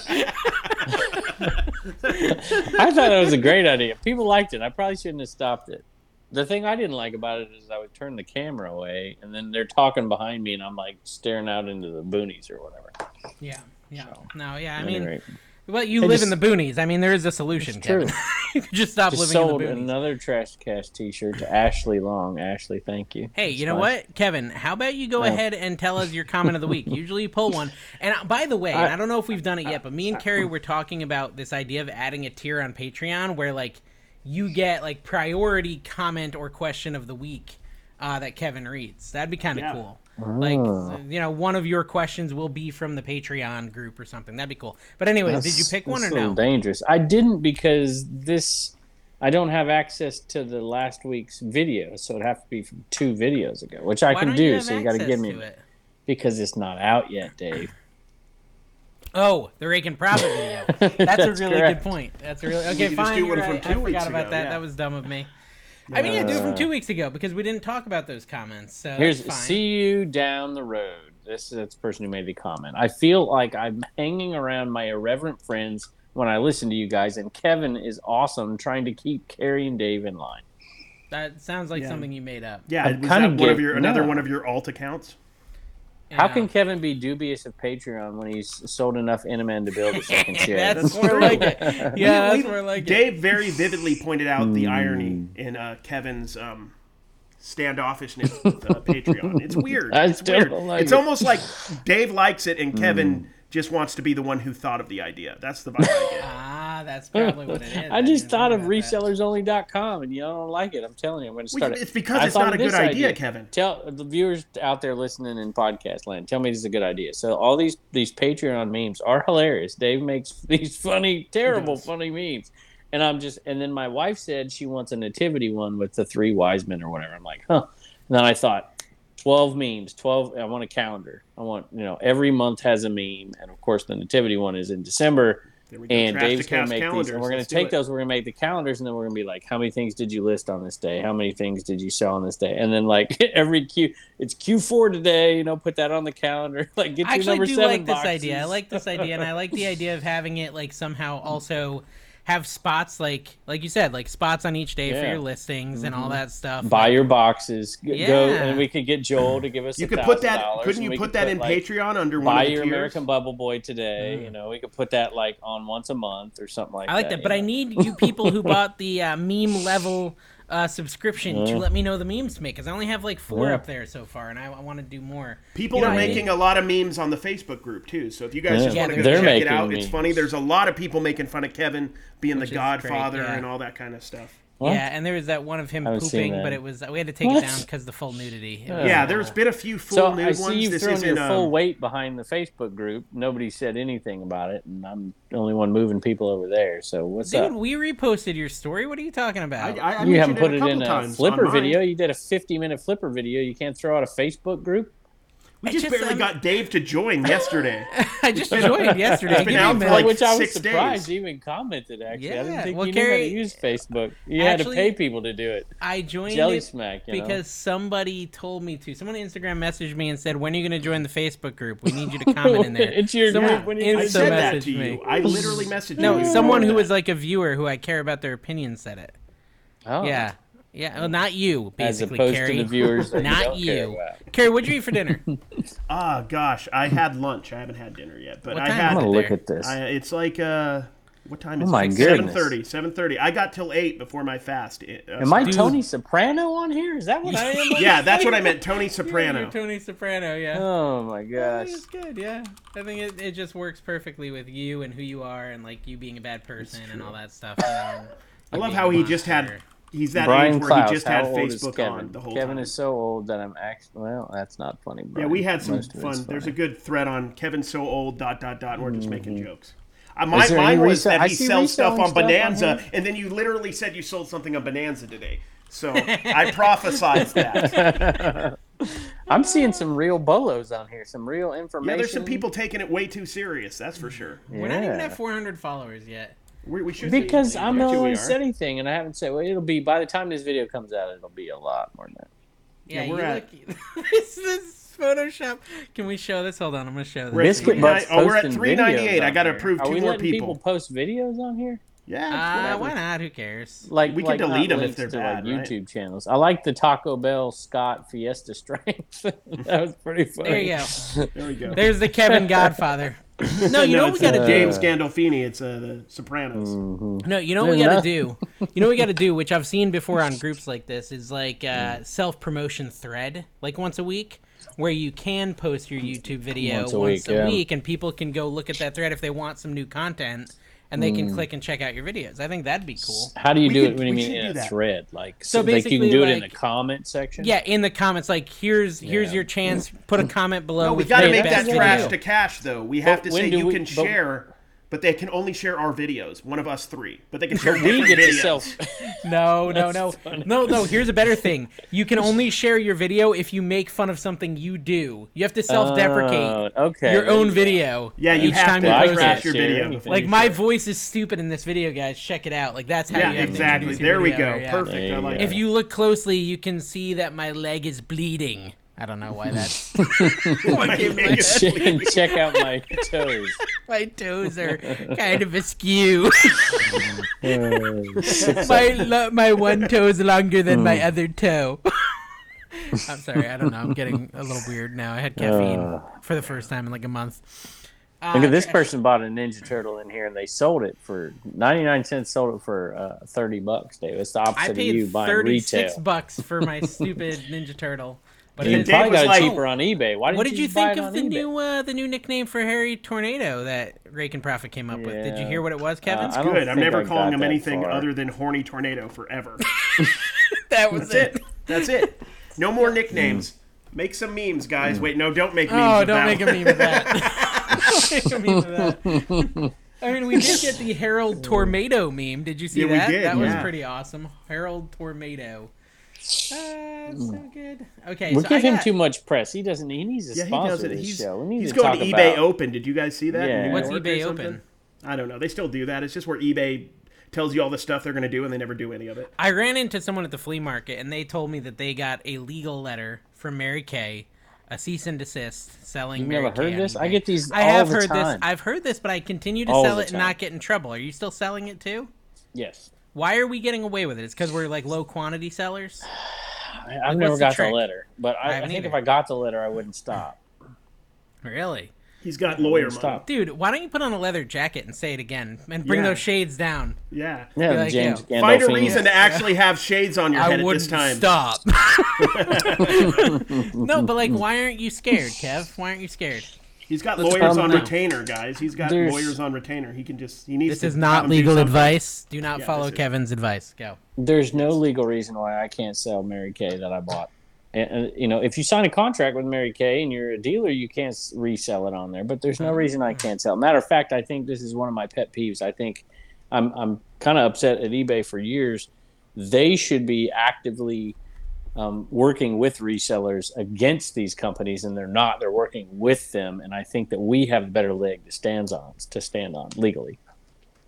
way anymore. I thought it was a great idea. People liked it. I probably shouldn't have stopped it. The thing I didn't like about it is I would turn the camera away, and then they're talking behind me, and I'm like staring out into the boonies or whatever. yeah, yeah, no, yeah. I At any mean, rate, but you it live in just- the boonies. I mean, there is a solution. it's true. Kevin. you could just stop Just living in sold the boonies. another trash cash T-shirt to Ashley Long. Ashley, thank you. Hey, you It's know fine. what, Kevin? How about you go Yeah. ahead and tell us your comment of the week? Usually you pull one. And uh, by the way, and I- I don't know if we've done it yet, but me and Carrie were talking about this idea of adding a tier on Patreon where like you get like priority comment or question of the week uh, that Kevin reads. That'd be kind of Yeah. cool. Like uh, Oh. you know, one of your questions will be from the Patreon group or something. That'd be cool. But anyways, did you That's- pick one or that's a little no? Dangerous. I didn't because this I don't have access to the last week's video, so it'd have to be from two videos ago, which I Why can don't do. have so you got to access give me to it? because it's not out yet, Dave. Oh, the Rake and Profit video. That's, a That's really correct. good point. That's a really okay. could just Fine, do you're one from right. two I forgot weeks about ago, that. yeah. That was dumb of me. I mean, yeah, do it from two weeks ago because we didn't talk about those comments. So Here's that's fine. see you down the road. This is that's the person who made the comment. I feel like I'm hanging around my irreverent friends when I listen to you guys, and Kevin is awesome trying to keep Carrie and Dave in line. That sounds like Yeah. something you made up. Yeah, I was kinda that one of get- your another no. one of your alt accounts? How Yeah. can Kevin be dubious of Patreon when he's sold enough Inaman to build a second chair? That's more like it. Yeah, that's more like it. Dave very vividly pointed out the irony Hmm. in uh, Kevin's um, standoffishness with uh, Patreon. It's weird. I it's still weird. don't like it's it. Hmm. almost like Dave likes it and Kevin just wants to be the one who thought of the idea. That's the vibe I get. Ah, that's probably what it is. I just didn't thought think of about that. resellersonly.com and y'all don't like it. I'm telling you, I'm going to We- start it's it. because I it's not thought a of good this idea, idea. Kevin. Tell the viewers out there listening in podcast land, tell me this is a good idea. So all these these Patreon memes are hilarious. Dave makes these funny, terrible, funny memes, and I'm just. And then my wife said she wants a nativity one with the three wise men or whatever. I'm like, huh. And then I thought, twelve memes, twelve. I want a calendar. I want you know every month has a meme, and of course the nativity one is in December There we go. and Trash to Dave's gonna cast make these, and calendars. we're gonna Let's do take it. those. We're gonna make the calendars, and then we're gonna be like, how many things did you list on this day? How many things did you sell on this day? And then like every Q, it's Q four today. You know, put that on the calendar. Like get I your number actually do seven like this boxes. idea. I like this idea, and I like the idea of having it like somehow also have spots like like you said, like spots on each day for Yeah. your listings and Mm-hmm. all that stuff. Buy your boxes. G- Go, Yeah. and we could get Joel to give us. You a could put $1,000, that. Couldn't and you we put could that in like, Patreon under one Buy of the your tiers? American Bubble Boy today. You know, we could put that like on once a month or something like that. I like that, you but I know? need you people who bought the uh, meme level uh, subscription to let me know the memes to make because I only have like four Yeah. up there so far, and I, I want to do more. People You know, are I- making a lot of memes on the Facebook group too. So if you guys Yeah. just Yeah, want to go they're check it making out, it's memes. funny. There's a lot of people making fun of Kevin being Which the is Godfather great, yeah. and all that kind of stuff. What? Yeah, and there was that one of him Haven't seen pooping, that. but it was we had to take What? it down because the full nudity. It Yeah. was Yeah, awful. there's been a few full So nude I ones. see you've this thrown your isn't full um, weight behind the Facebook group. Nobody said anything about it, and I'm the only one moving people over there. So what's Dude, up? we reposted your story. What are you talking I, about? I, I you haven't mentioned put a it couple in a times flipper on mine. video. You did a 50 minute flipper video. You can't throw out a Facebook group. We I just, just, barely um, got Dave to join yesterday. I just joined yesterday. It's Give me been a out for minute. like which I was six surprised days. you even commented. Actually, I Yeah, didn't think well, you knew Gary- how to use Facebook. You actually- had to pay people to do it. I joined Jelly it smack, you know? because somebody told me to. Someone on Instagram messaged me and said, "When are you going to join the Facebook group? We need you to comment in there." It's your Someone group. When in you I Insta said that messaged to me. you. I literally messaged you. No, Uh, You someone who ignored was like a viewer who I care about their opinion said it. Oh. Yeah. Yeah, well, not you, As basically, opposed Carrie. to the viewers, that not you. you. Don't Care about. Carrie, what'd you eat for dinner? that. Ah, gosh, I had lunch. I haven't had dinner yet, but What I time I'm had. is gonna it look there. at this. I, it's like uh, what time is Oh my it? goodness. Seven thirty. Seven thirty. I got till eight before my fast. It- uh, Am I started. Tony Soprano on here? Is that what I am? on Yeah, that's what I meant. Tony You're Soprano. Tony Soprano, yeah. Oh my gosh. It's good, yeah. I think it, it just works perfectly with you and who you are and like you being a bad person and all that stuff. you know, I you love being how a he just had. monster. He's that Brian age where Klaus, he just how had old is Facebook Kevin? on the whole Kevin time. is so old that I'm actually. Well, that's not funny. yeah, Brian. we had some Most of it's fun. There's a funny. good thread on Kevin's so old. Dot dot dot. and We're just making jokes. Uh, my, Mm-hmm. there mine any was resell- that I he see sells stuff reselling on stuff on Bonanza, here. and then you literally said you sold something on Bonanza today. So I prophesized that. I'm seeing some real bolos on here, some real information. Yeah, there's some people taking it way too serious. That's for sure. We're not even Yeah. at 400 followers yet. We, we should be. because I'm Actually, not we only are. said anything, and I haven't said. Well, it'll be by the time this video comes out, it'll be a lot more than that. Yeah, Yeah, we're you at- look. this this Photoshop. Can we show this? Hold on, I'm gonna show We're at this. Biscuit again. Butt- Butts oh, we're at posting 398. videos I gotta on here. approve Are two we more letting people. post videos on here. Yeah, Uh, it's whatever. why not? Who cares? Like We can like, delete not 'em if links they're to, bad, like right? YouTube channels. I like the Taco Bell Scott Fiesta Strength. that was pretty funny. There you go. There we go. There's the Kevin Godfather. No, you know what we it's, gotta uh, do. James Gandolfini. It's uh, the Sopranos. Mm. No, you know what we There's gotta do. You know what we gotta do, which I've seen before on groups like this, is like uh, self promotion thread, like once a week, where you can post your YouTube video once Once a, a week, week, yeah. and people can go look at that thread if they want some new content, and they can click and check out your videos. I think that'd be cool. How do you We do could- it? What do you we mean should do in a that. thread? Like So so, like you basically, can do it in like- the comment section. Yeah, in the comments, like here's here's Yeah. your chance. Put a comment below. No, we with got to your make best that that's what video. trash we do. to cash, though. We But have to when say do you we- can but- share, but they can only share our videos. One of us three, but they can share we different get to videos. self. No, no, That's no, funny. no, no. Here's a better thing: you can only share your video if you make fun of something you do. You have to self-deprecate Oh, okay. your there own you go. video. Yeah, you each have time to you Well, I post can't trash it. your share video. anything. Like my voice is stupid in this video, guys. Check it out. Like that's how. Yeah, you have to exactly. introduce your There we video, go. yeah. Perfect. There I you like go. If you look closely, you can see that my leg is bleeding. I don't know why that's. Why came to my head? Check- Check out my toes. my toes are kind of askew. my lo- my one toe is longer than Mm. my other toe. I'm sorry, I don't know. I'm getting a little weird now. I had caffeine for the first time in like a month. Uh, Uh. Look at this person bought a Ninja Turtle in here, and they sold it for ninety nine cents. Sold it for uh, thirty bucks, Dave. It's the I opposite of you paid buying 36 retail. bucks for my stupid Ninja Turtle. But You it is- probably was got it like- cheaper on eBay. Why didn't what did you just buy think it of on the eBay? new uh, the new nickname for Harry Tornado that Rake and Prophet came up with? Did you Yeah. hear what it was, Kevin? Uh, I don't Good. I'm think never I calling got him that anything far. other than horny tornado forever. that was That's it. That's it. No more nicknames. Make some memes, Hmm. guys. Wait, no, don't make memes. Oh, of don't that make a one. meme of that. Don't make a meme of that. I mean, we did get the Harold Tornado meme. Did you see Yeah, we that? did, that was yeah. pretty awesome. Harold Tornado. Uh, so good. Okay, We so I Hmm. give him got- too much press. He doesn't. He needs a Yeah, he does sponsor it. of this He's, show. We need he's to going talk to eBay about- Open. Did you guys see that? in Yeah. New What's York or eBay something? Open? I don't know. They still do that. It's just where eBay tells you all the stuff they're going to do and they never do any of it. I ran into someone at the flea market, and they told me that they got a legal letter from Mary Kay, a cease and desist selling. You've Mary never Kay heard on this? I eBay. get these. I all have the heard time. this. I've heard this, but I continue to All sell the it and time. not get in trouble. Are you still selling it too? Yes, Why are we getting away with it? It's because we're like low quantity sellers. I, I've what's never the got the, trick? letter, but I I, I haven't think if either. I got the letter, I wouldn't stop. Really? He's got lawyer money. Stop. Dude, why don't you put on a leather jacket and say it again and bring Yeah. those shades down? Yeah. Yeah, like, James. Find a Gandolfini. reason to actually have shades on your head I at this wouldn't time. stop. no, but like, why aren't you scared, Kev? Why aren't you scared? He's got lawyers calm on down. retainer, guys. He's got There's- lawyers on retainer. He can just he needs This to is have not him do legal something. advice. Do not Yeah, follow this is- Kevin's advice. Go. There's no legal reason why I can't sell Mary Kay that I bought. And, and, you know, if you sign a contract with Mary Kay and you're a dealer, you can't s- resell it on there. But there's no reason I can't sell. Matter of fact, I think this is one of my pet peeves. I think I'm I'm kind of upset at eBay for years. They should be actively um, working with resellers against these companies, and they're not. They're working with them, and I think that we have a better leg to stand on to stand on legally.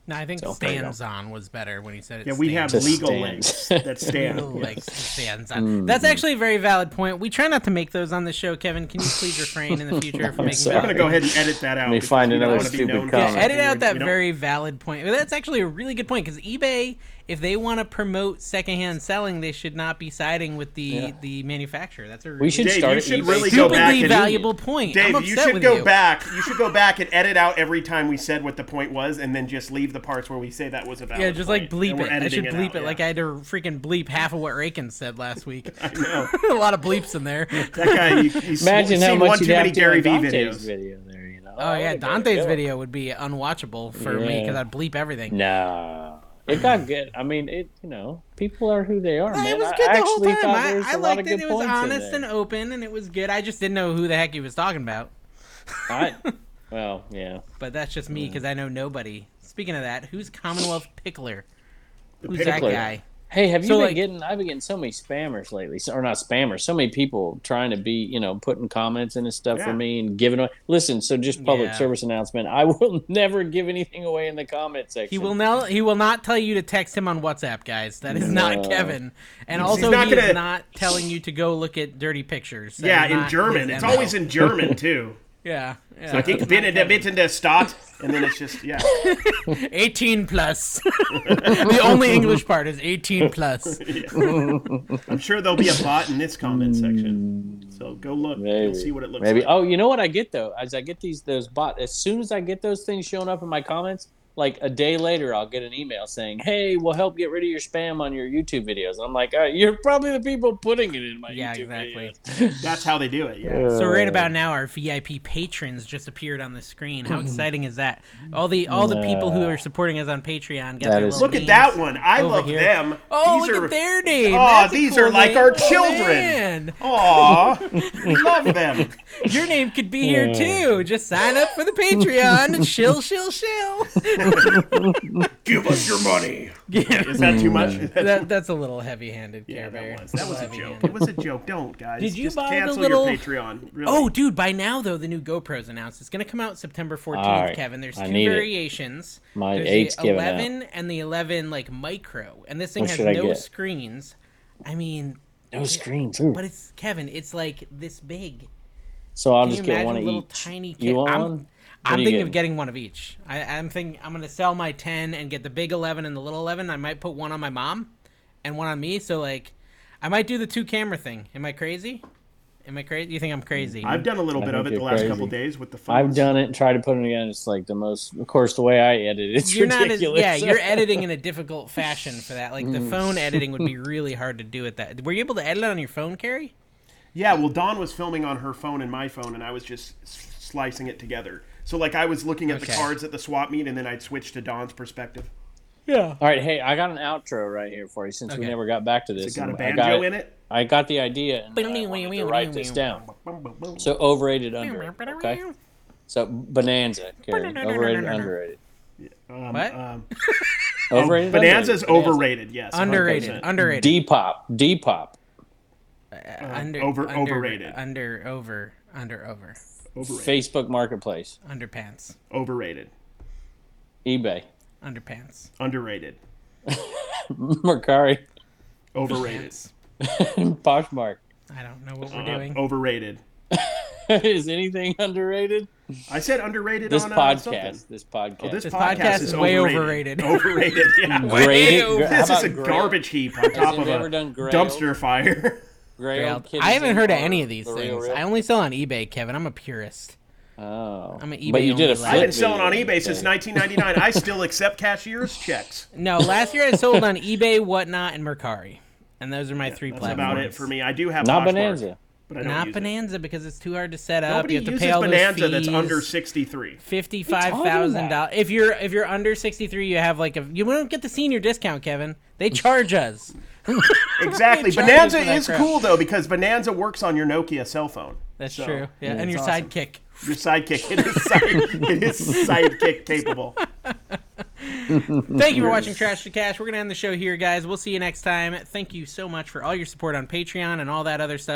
No, I think So, there you go. stands on was better when he said it. Yeah, we have stands Just legal stand. legs that stand. Legal legs to stands on. That's actually a very valid point. We try not to make those on the show, Kevin. Can you please refrain in the future from making sorry. I'm gonna go ahead and edit that out. me because find we don't another wanna be stupid known for Yeah, comment. Alright. something edit out we that don't- very valid point. Well, That's actually a really good point because eBay, if they want to promote secondhand selling, they should not be siding with the the manufacturer. That's a really We should Dave, start. you at should eBay really go stupidly back and- valuable point. I'm Dave, upset you should with go you. back. You should go back and edit out every time we said what the point was, and then just leave the parts where we say that was a valid. Yeah, just like point, bleep and we're it. I should editing bleep it, out, yeah. like I had to freaking bleep half of what Rakin said last week. I know. a lot of bleeps in there. Oh, That guy, you, he's Imagine seen how much one you'd too have many to Gary Gary Vee Dante's videos. video there, you know. Oh yeah, Would've Dante's been good. video would be unwatchable for me Yeah. because I'd bleep everything. No, it got good. I mean, it. You know, people are who they are, man. It was I good the whole actually time. thought I, there was I a lot of liked it. good It was points in honest there. and open, and it was good. I just didn't know who the heck he was talking about. I, well, yeah. But that's just me because I know nobody. Speaking of that, who's Commonwealth Pickler? Who's that Pickler. guy? Hey, have you So, been like- getting? I've been getting so many spammers lately, so- or not spammers, so many people trying to be, you know, putting comments in and stuff Yeah. for me and giving away. Listen, so just public Yeah. service announcement: I will never give anything away in the comment section. He will not. He will not tell you to text him on WhatsApp, guys. That is not No. Kevin. And He's also, not he is gonna- not telling you to go look at dirty pictures. That yeah, is in not German. his It's MO. always in German too. yeah. yeah. Like ich bin a bit in the start, and then it's just yeah. 18 plus. the only English part is 18 plus. I'm sure there'll be a bot in this comment section. So go look, Maybe. and see what it looks Maybe. like. Oh, you know what I get though? As I get these those bot, as soon as I get those things showing up in my comments, like a day later, I'll get an email saying, "Hey, we'll help get rid of your spam on your YouTube videos." I'm like, All right, "You're probably the people putting it in my Yeah, YouTube exactly. videos." That's how they do it. Yeah. So right about now, our VIP patrons just appeared on the screen. How exciting is that? All the all the people who are supporting us on Patreon got That their is- little Look at names. that one. I Over love here. them. Oh, these look are, at their name. Aw, That's a these cool are like name. our Oh, children. man. Aw, love them. Your name could be Hmm. here too. Just sign up for the Patreon and shill, shill, shill. Give us your money. Yeah. Is that too much? That, that's a little heavy-handed, yeah, Care Bear. that was. That was a Heavy-handed. joke. It was a joke. Don't guys. Did you just buy the cancel little- your Patreon? Really. Oh, dude, by now, though, the new GoPro's announced. It's going to come out September 14th, All right. Kevin. There's I two need it. variations. My There's eight's the giving out. 11 and the 11, like, micro. And this thing What has should I no get? screens. I mean, No screen too. but it's, Kevin, it's like this big. So I'll Can just you get imagine one of little each. tiny you ca- want I'm, one? I'm are you thinking of getting one of each. I, I'm thinking I'm going to sell my 10 and get the big 11 and the little 11. I might put one on my mom and one on me. So, like, I might do the two camera thing. Am I crazy? Am I crazy? You think I'm crazy? I've done a little I bit of it think the you're last crazy. couple days with the phones. I've done it and tried to put it again. It's like the most, of course, the way I edit it, it's you're ridiculous. not as, yeah you're editing in a difficult fashion for that like the phone editing would be really hard to do at that were you able to edit it on your phone carrie Yeah, well, Dawn was filming on her phone and my phone, and I was just s- slicing it together. So, like, I was looking at the Okay. cards at the swap meet, and then I'd switch to Dawn's perspective. yeah All right, hey, I got an outro right here for you since we Okay. never got back to this. It got a and banjo I got in it. I got the idea and I wanted to write this down. Boom, boom, boom. So overrated, underrated. Okay. So bonanza, Carrie. Overrated, underrated. um, what? Um, Overrated. Bonanza's underrated. overrated, yes. underrated 100%. underrated D-pop, D-pop. under, over- under- overrated. under over under over Overrated. Facebook Marketplace, underpants Overrated. eBay, underpants Underrated. Mercari, Overrated. Poshmark. i don't know what we're Uh, doing overrated. Is anything underrated? I said underrated This on uh, something. podcast. This podcast. Oh, this, This podcast is way overrated. Overrated. Yeah. Mm. Graded- Ew. gra- how This is about a gray- garbage heap on Has top of anybody ever a done gray dumpster fire. Gray old kitties i haven't in heard of or any of these the real things real? i only sell on ebay kevin i'm a purist Oh, I'm an But eBay you did a only flip lad. I've been video selling on eBay since thing. 1999. I still accept cashier's checks. no last year i sold on ebay whatnot and mercari and those are my three That's platforms about it for me. I do have Not Poshmark, Bonanza. but I don't not use it. Bonanza because it's too hard to set up. Nobody you have to uses pay all Bonanza those that's fees. under 63. fifty-five thousand dollars. If you're if you're under sixty-three, you have like a you don't get the senior discount, Kevin. They charge us. Exactly. charge Bonanza you for that is crap. cool though because Bonanza works on your Nokia cell phone. That's So, true. Yeah, and it's your awesome. sidekick. Your sidekick. It is, side, it is sidekick capable. Thank you for watching Trash to Cash. We're gonna end the show here, guys. We'll see you next time. Thank you so much for all your support on Patreon and all that other stuff.